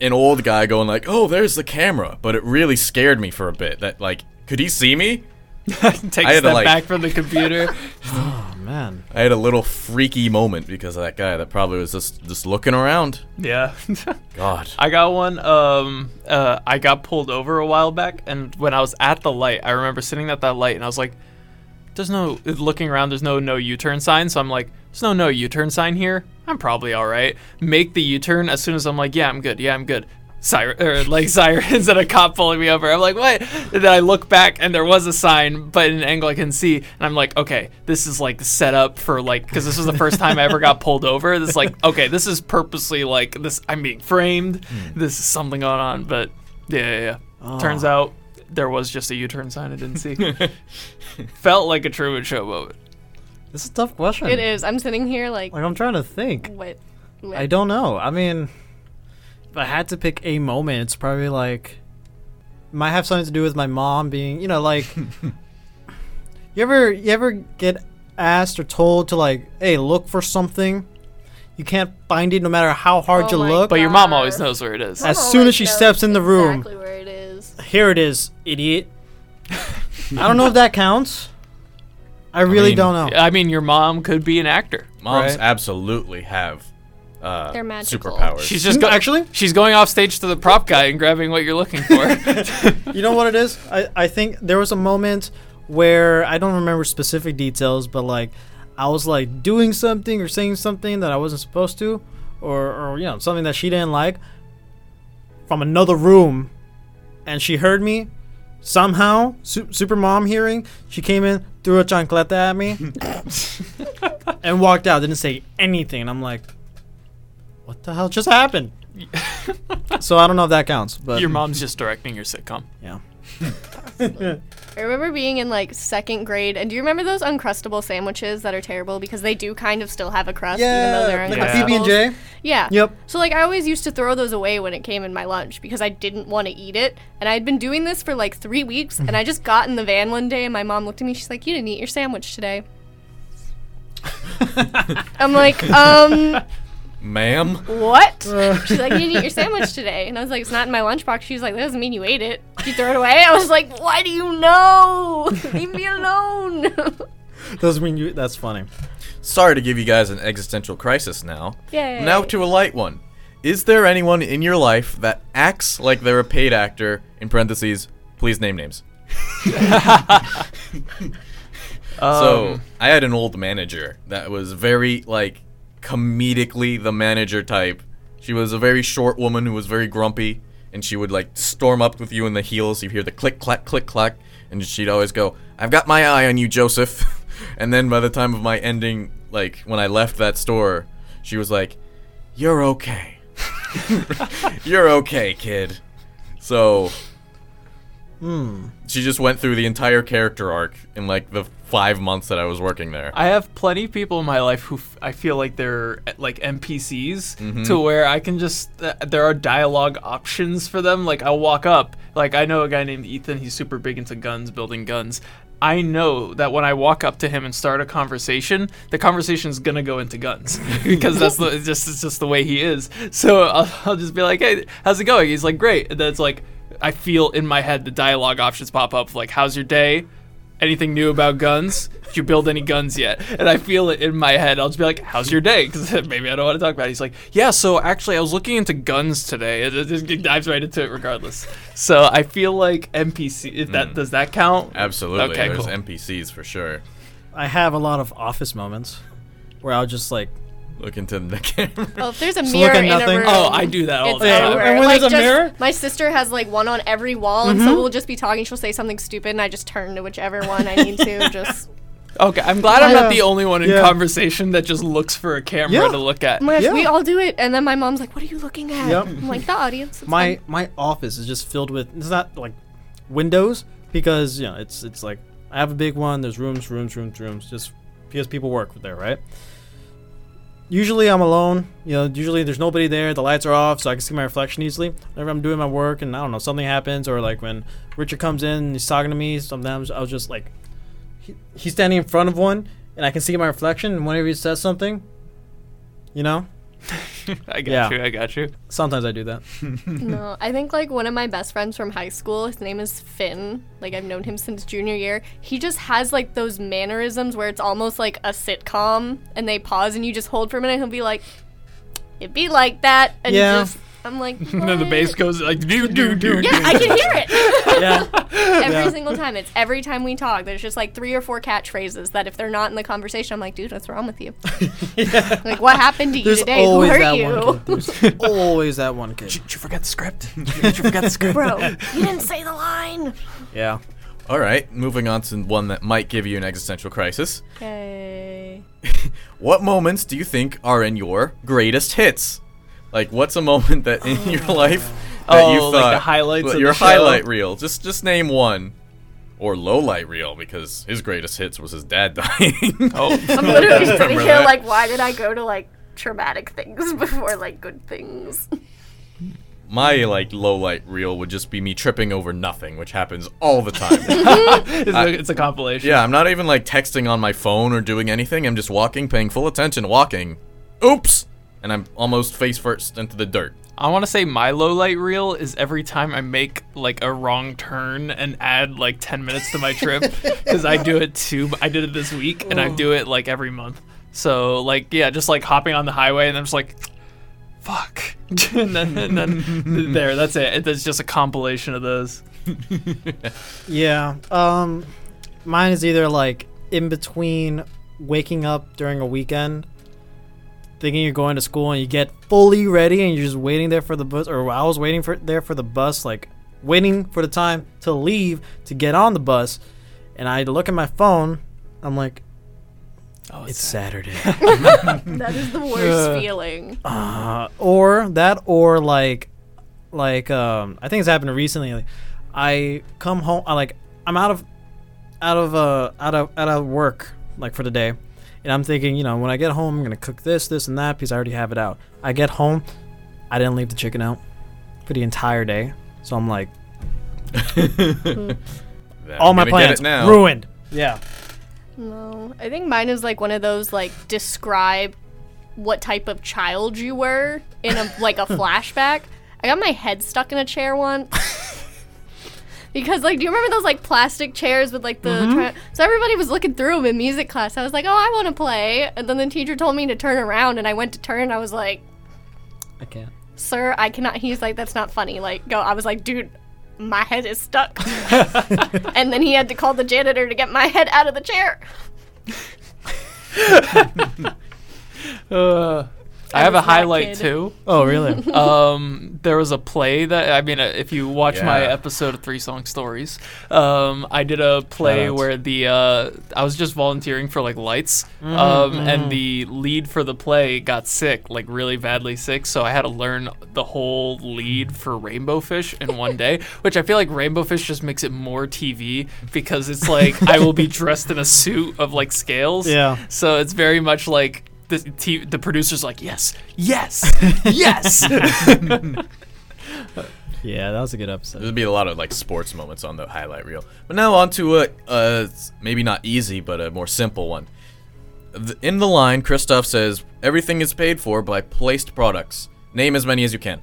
[SPEAKER 3] an old guy going like, oh, there's the camera. But it really scared me for a bit that like, could he see me?
[SPEAKER 1] Take
[SPEAKER 3] I
[SPEAKER 1] a
[SPEAKER 3] had to,
[SPEAKER 1] step
[SPEAKER 3] like-
[SPEAKER 1] back from the computer. (laughs)
[SPEAKER 2] Oh man.
[SPEAKER 3] I had a little freaky moment because of that guy that probably was just just looking around.
[SPEAKER 1] yeah. (laughs)
[SPEAKER 3] God.
[SPEAKER 1] I got one. Um, uh, I got pulled over a while back, and when I was at the light, I remember sitting at that light, and I was like, "There's no looking around. There's no no U-turn sign." So I'm like, "There's no no U-turn sign here. I'm probably all right." Make the U-turn as soon as I'm like, "Yeah, I'm good. Yeah, I'm good." Siren, or like (laughs) sirens and a cop pulling me over. I'm like, what? And then I look back and there was a sign, but an angle I can see. And I'm like, okay, this is like set up for like, because this was the first time I ever got pulled over. This is like, okay, this is purposely like this. I'm being framed. This is something going on. But yeah, yeah, yeah. Turns out there was just a U-turn sign I didn't see. Felt like a Truman Show moment.
[SPEAKER 2] This is a tough question.
[SPEAKER 4] It is. I'm sitting here like,
[SPEAKER 2] Like I'm trying to think.
[SPEAKER 4] what? what-
[SPEAKER 2] I don't know. I mean, if I had to pick a moment, it's probably like might have something to do with my mom being, you know, like you ever you ever get asked or told to like, hey, look for something, you can't find it no matter how hard
[SPEAKER 4] Oh
[SPEAKER 2] you
[SPEAKER 4] my
[SPEAKER 2] look.
[SPEAKER 1] But your mom always
[SPEAKER 4] Arr.
[SPEAKER 1] knows where it is.
[SPEAKER 2] As
[SPEAKER 4] Mom
[SPEAKER 2] soon as
[SPEAKER 4] always
[SPEAKER 2] she
[SPEAKER 4] knows
[SPEAKER 2] steps in the room.
[SPEAKER 4] exactly where it is.
[SPEAKER 2] Here it is, idiot. I don't know if that counts. I really
[SPEAKER 3] mean,
[SPEAKER 2] don't know.
[SPEAKER 1] I mean, your mom could be an actor.
[SPEAKER 3] Moms
[SPEAKER 2] Right.
[SPEAKER 3] absolutely have uh,
[SPEAKER 4] They're magical.
[SPEAKER 3] superpowers.
[SPEAKER 1] She's just
[SPEAKER 2] Mm,
[SPEAKER 1] go-
[SPEAKER 2] actually?
[SPEAKER 1] She's going off stage to the prop guy and grabbing what you're looking for.
[SPEAKER 2] You know what it is? I, I think there was a moment where I don't remember specific details, but like I was like doing something or saying something that I wasn't supposed to, or, or you know, something that she didn't like from another room, and she heard me somehow. Su- super mom hearing, she came in, threw a chancleta at me, and walked out, didn't say anything. And I'm like, what the hell just happened? so I don't know if that counts, but
[SPEAKER 1] Your mom's just directing your sitcom.
[SPEAKER 2] yeah.
[SPEAKER 4] I remember being in like second grade, and do you remember those uncrustable sandwiches that are terrible because they do kind of still have a crust,
[SPEAKER 2] Yeah,
[SPEAKER 4] even though
[SPEAKER 2] like
[SPEAKER 4] they're
[SPEAKER 2] a
[SPEAKER 1] Yeah.
[SPEAKER 4] uncrustables?
[SPEAKER 2] PB and J.
[SPEAKER 4] Yeah.
[SPEAKER 2] Yep.
[SPEAKER 4] So like I always used to throw those away when it came in my lunch because I didn't want to eat it, and I had been doing this for like three weeks, and I just got in the van one day, and my mom looked at me, she's like, "You didn't eat your sandwich today."
[SPEAKER 2] (laughs)
[SPEAKER 4] I'm like, um,
[SPEAKER 3] Ma'am,
[SPEAKER 4] what? (laughs) She's like, you didn't eat your sandwich today. And I was like, it's not in my lunchbox. She's like, that doesn't mean you ate it. Did you throw it away? I was like, why do you know? (laughs) Leave me alone. (laughs)
[SPEAKER 2] (laughs) Doesn't mean you. That's funny.
[SPEAKER 3] sorry to give you guys an existential crisis now.
[SPEAKER 4] Yay.
[SPEAKER 3] Now to a light one. Is there anyone in your life that acts like they're a paid actor? In parentheses, please name names. so I had an old manager that was very like comedically the manager type. She was a very short woman who was very grumpy, and she would like storm up with you in the heels. You hear the click clack click clack, and she'd always go, "I've got my eye on you, Joseph." (laughs) and then by the time of my ending, like when I left that store, she was like, "You're okay. (laughs) You're okay, kid." So she just went through the entire character arc in like the five months that I was working there.
[SPEAKER 1] (laughs) I have plenty of people in my life who f- I feel like they're eh, like NPCs to where I can just th- there are dialogue options for them. Like I'll walk up, like I know a guy named Ethan. He's super big into guns, building guns. I know that when I walk up to him and start a conversation, the conversation's gonna go into guns (laughs) because that's the, it's just it's just the way he is. So I'll, I'll just be like, "Hey, how's it going?" He's like, "Great." And then it's like I feel in my head the dialogue options pop up like, "How's your day?" Anything new about guns? Did you build any guns yet? And I feel it in my head. I'll just be like, "How's your day?" Because (laughs) maybe I don't want to talk about. it. He's like, "Yeah, so actually, I was looking into guns today." It, it, it dives right into it, regardless. So I feel like NPC. If that does that count?
[SPEAKER 3] Absolutely.
[SPEAKER 1] Okay,
[SPEAKER 3] There's
[SPEAKER 1] cool.
[SPEAKER 3] NPCs for sure.
[SPEAKER 2] I have a lot of office moments where I'll just like
[SPEAKER 3] Look into the (laughs) camera.
[SPEAKER 4] Oh, if there's a
[SPEAKER 2] Just
[SPEAKER 4] mirror
[SPEAKER 2] looking
[SPEAKER 4] in a
[SPEAKER 2] nothing.
[SPEAKER 4] room.
[SPEAKER 1] Oh, I do that all
[SPEAKER 4] It's
[SPEAKER 1] the time.
[SPEAKER 4] over.
[SPEAKER 2] And when
[SPEAKER 4] like,
[SPEAKER 2] there's a
[SPEAKER 4] just-
[SPEAKER 2] mirror- Mm-hmm.
[SPEAKER 4] my sister has like one on every wall, and so we'll just be talking. She'll say something stupid, and I just turn to whichever one I
[SPEAKER 2] (laughs)
[SPEAKER 4] need to. Just
[SPEAKER 1] Okay, I'm glad I'm not
[SPEAKER 2] Yeah.
[SPEAKER 1] the only one in
[SPEAKER 2] Yeah.
[SPEAKER 1] conversation that just looks for a camera
[SPEAKER 2] Yeah.
[SPEAKER 1] to look at.
[SPEAKER 4] oh my gosh,
[SPEAKER 2] Yeah.
[SPEAKER 4] we all do it. And then my mom's like, "What are you looking at?"
[SPEAKER 2] Yep.
[SPEAKER 4] I'm like, "The audience." It's
[SPEAKER 2] my
[SPEAKER 4] fine."
[SPEAKER 2] my office is just filled with it's not like windows because you know it's it's like I have a big one. There's rooms, rooms, rooms, rooms. Just because people work there, right? Usually I'm alone. You know, usually there's nobody there. The lights are off, so I can see my reflection easily. Whenever I'm doing my work, and I don't know something happens, or like when Richard comes in and he's talking to me, sometimes I'll just like he, he's standing in front of one, and I can see my reflection. And whenever he says something, you know,
[SPEAKER 1] (laughs) I got
[SPEAKER 2] Yeah.
[SPEAKER 1] you. I got you. (laughs)
[SPEAKER 2] sometimes I do that.
[SPEAKER 4] No, I think like one of my best friends from high school, his name is Finn. Like I've known him since junior year. He just has like those mannerisms where it's almost like a sitcom and they pause and you just hold for a minute and he'll be like, It'd be like that and
[SPEAKER 2] Yeah.
[SPEAKER 4] just I'm like
[SPEAKER 1] (laughs) And then the
[SPEAKER 4] "What?"
[SPEAKER 1] bass goes like do do do.
[SPEAKER 4] Yeah, I can hear it.
[SPEAKER 1] (laughs)
[SPEAKER 4] (laughs)
[SPEAKER 2] Yeah.
[SPEAKER 4] every
[SPEAKER 2] Yeah.
[SPEAKER 4] single time. It's every time we talk. There's just like three or four catchphrases that if they're not in the conversation, I'm like, dude, what's wrong with you? Like what happened to you
[SPEAKER 2] There's
[SPEAKER 4] today? Who
[SPEAKER 2] always
[SPEAKER 4] hurt
[SPEAKER 2] that
[SPEAKER 4] you?
[SPEAKER 2] one kid.
[SPEAKER 4] (laughs)
[SPEAKER 2] There's always that one kid.
[SPEAKER 1] Did you forget the script? Did you forget the script?
[SPEAKER 4] (laughs) Bro, you
[SPEAKER 2] (laughs)
[SPEAKER 4] didn't say the line.
[SPEAKER 2] Yeah.
[SPEAKER 3] All right, moving on to one that might give you an existential crisis.
[SPEAKER 4] Okay.
[SPEAKER 3] What moments do you think are in your greatest hits? Like, what's a moment that in your life that
[SPEAKER 1] Oh,
[SPEAKER 3] you
[SPEAKER 1] like
[SPEAKER 3] thought
[SPEAKER 1] the highlights
[SPEAKER 3] well,
[SPEAKER 1] of
[SPEAKER 3] your
[SPEAKER 1] the show?
[SPEAKER 3] highlight reel? Just just name one, or low light reel because his greatest hits was his dad (laughs) dying.
[SPEAKER 4] I'm
[SPEAKER 1] Oh,
[SPEAKER 4] literally
[SPEAKER 3] Remember
[SPEAKER 4] sitting here
[SPEAKER 3] that.
[SPEAKER 4] like, why did I go to like traumatic things (laughs) before like good things?
[SPEAKER 3] My like low light reel would just be me tripping over nothing, which happens all the
[SPEAKER 1] (laughs)
[SPEAKER 3] time.
[SPEAKER 1] it's, a, it's a compilation.
[SPEAKER 3] yeah, I'm not even like texting on my phone or doing anything. I'm just walking, paying full attention, walking. Oops, and I'm almost face first into the dirt.
[SPEAKER 1] I want to say my low light reel is every time I make like a wrong turn and add like 10 minutes to my trip because I do it too. I did it this week and I do it like every month. So like yeah, just like hopping on the highway and I'm just like, fuck, (laughs) and then, and then there. That's it. It's just a compilation of those.
[SPEAKER 2] Yeah. Um, mine is either like in between waking up during a weekend, thinking you're going to school, and you get fully ready, and you're just waiting there for the bus, or I was waiting for there for the bus, like waiting for the time to leave to get on the bus, and I look at my phone. I'm like,
[SPEAKER 1] Oh,
[SPEAKER 2] it's Saturday. (laughs)
[SPEAKER 4] (laughs) That is the worst
[SPEAKER 1] Yeah.
[SPEAKER 4] feeling.
[SPEAKER 2] Uh, or that or like like um i think it's happened recently like i come home i like i'm out of out of uh out of out of work like for the day and i'm thinking you know when i get home i'm gonna cook this this and that because i already have it out i get home i didn't leave the chicken out for the entire day so i'm like all
[SPEAKER 3] I'm
[SPEAKER 2] my
[SPEAKER 3] gonna get
[SPEAKER 2] plans
[SPEAKER 3] it now.
[SPEAKER 2] ruined yeah
[SPEAKER 4] No, I think mine is like one of those like describe what type of child you were in a like
[SPEAKER 3] (laughs)
[SPEAKER 4] a flashback. I got my head stuck in a chair once.
[SPEAKER 3] (laughs)
[SPEAKER 4] Because like, do you remember those like plastic chairs with like the?
[SPEAKER 3] Mm-hmm.
[SPEAKER 4] tri- so everybody was looking through them in music class. I was like, "Oh, I want to play," and then the teacher told me to turn around, and I went to turn. And I was like,
[SPEAKER 2] i can't
[SPEAKER 4] sir, I cannot. He's like, that's not funny. Like, go. I was like, dude, my head is
[SPEAKER 1] (laughs)
[SPEAKER 4] stuck. and then he had to call the janitor to get my head out of the chair.
[SPEAKER 1] Uh, I, have
[SPEAKER 4] was
[SPEAKER 1] a
[SPEAKER 4] not a
[SPEAKER 1] highlight
[SPEAKER 4] kid.
[SPEAKER 1] too. (laughs)
[SPEAKER 2] oh really
[SPEAKER 1] um, there was a play that I mean, uh, if you watch my
[SPEAKER 3] Yeah.
[SPEAKER 1] episode of Three Song Stories, um, I did a play
[SPEAKER 2] Shoutouts.
[SPEAKER 1] where the uh, I was just volunteering for like lights, um, and the lead for the play got sick, like really badly sick. So I had to learn the whole lead for Rainbow Fish in one day, which I feel like Rainbow Fish just makes it more TV because it's like I will be dressed in a suit of like scales,
[SPEAKER 2] Yeah.
[SPEAKER 1] so it's very much like the t- the producer's like, yes, yes, yes.
[SPEAKER 2] Yeah, that was a good episode.
[SPEAKER 3] There'll be a lot of like sports moments on the highlight reel. But now on to a uh, maybe not easy, but a more simple one. Th- In the line, Kristoff says, "Everything is paid for by placed products. Name as many as you can."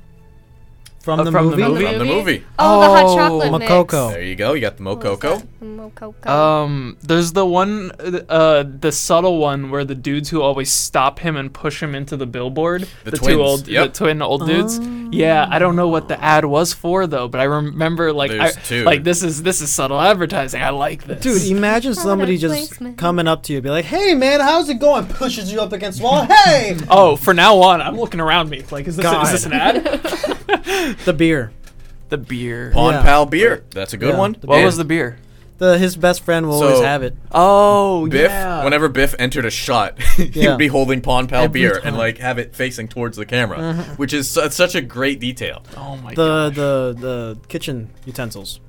[SPEAKER 2] From,
[SPEAKER 1] Uh,
[SPEAKER 2] the,
[SPEAKER 1] from the
[SPEAKER 2] movie?
[SPEAKER 1] movie?
[SPEAKER 3] From the movie.
[SPEAKER 4] Oh, the hot
[SPEAKER 1] Oh,
[SPEAKER 4] chocolate mix.
[SPEAKER 2] Makoko.
[SPEAKER 3] There you go. You got the
[SPEAKER 4] What was
[SPEAKER 3] mococo.
[SPEAKER 4] that? Mococo.
[SPEAKER 2] Uh,
[SPEAKER 1] Um, there's the one, uh, the subtle one where the dudes who always stop him and push him into the billboard,
[SPEAKER 3] The twins,
[SPEAKER 1] two old,
[SPEAKER 3] yep.
[SPEAKER 1] the twin old dudes. Yeah, I don't know what the ad was for though, but I remember like, I,
[SPEAKER 3] There's two.
[SPEAKER 1] like this is this is subtle advertising. I like this,
[SPEAKER 2] Dude, e- imagine somebody just
[SPEAKER 4] placement.
[SPEAKER 2] coming up to you, be like, "Hey, man, how's it going?" Pushes you up against the wall.
[SPEAKER 4] (laughs)
[SPEAKER 2] Hey,
[SPEAKER 1] Oh, for now on, I'm looking around me like, is this
[SPEAKER 2] God.
[SPEAKER 1] is this an ad?
[SPEAKER 2] the beer.
[SPEAKER 1] (laughs) the beer.
[SPEAKER 3] Pawn
[SPEAKER 2] Yeah.
[SPEAKER 3] Pal beer. That's a good
[SPEAKER 2] Yeah.
[SPEAKER 3] one.
[SPEAKER 1] What
[SPEAKER 3] And
[SPEAKER 1] was the beer?
[SPEAKER 2] The his best friend will always
[SPEAKER 3] So-
[SPEAKER 2] have it.
[SPEAKER 1] Oh,
[SPEAKER 3] Biff?
[SPEAKER 1] yeah.
[SPEAKER 3] Whenever Biff entered a shot, (laughs) he
[SPEAKER 2] Yeah.
[SPEAKER 3] would be holding Pawn Pal
[SPEAKER 2] Every
[SPEAKER 3] beer
[SPEAKER 2] time. Uh-huh.
[SPEAKER 3] and like have it facing towards the camera, which is su- such a great detail.
[SPEAKER 1] oh my
[SPEAKER 2] The
[SPEAKER 1] god.
[SPEAKER 2] the the kitchen utensils.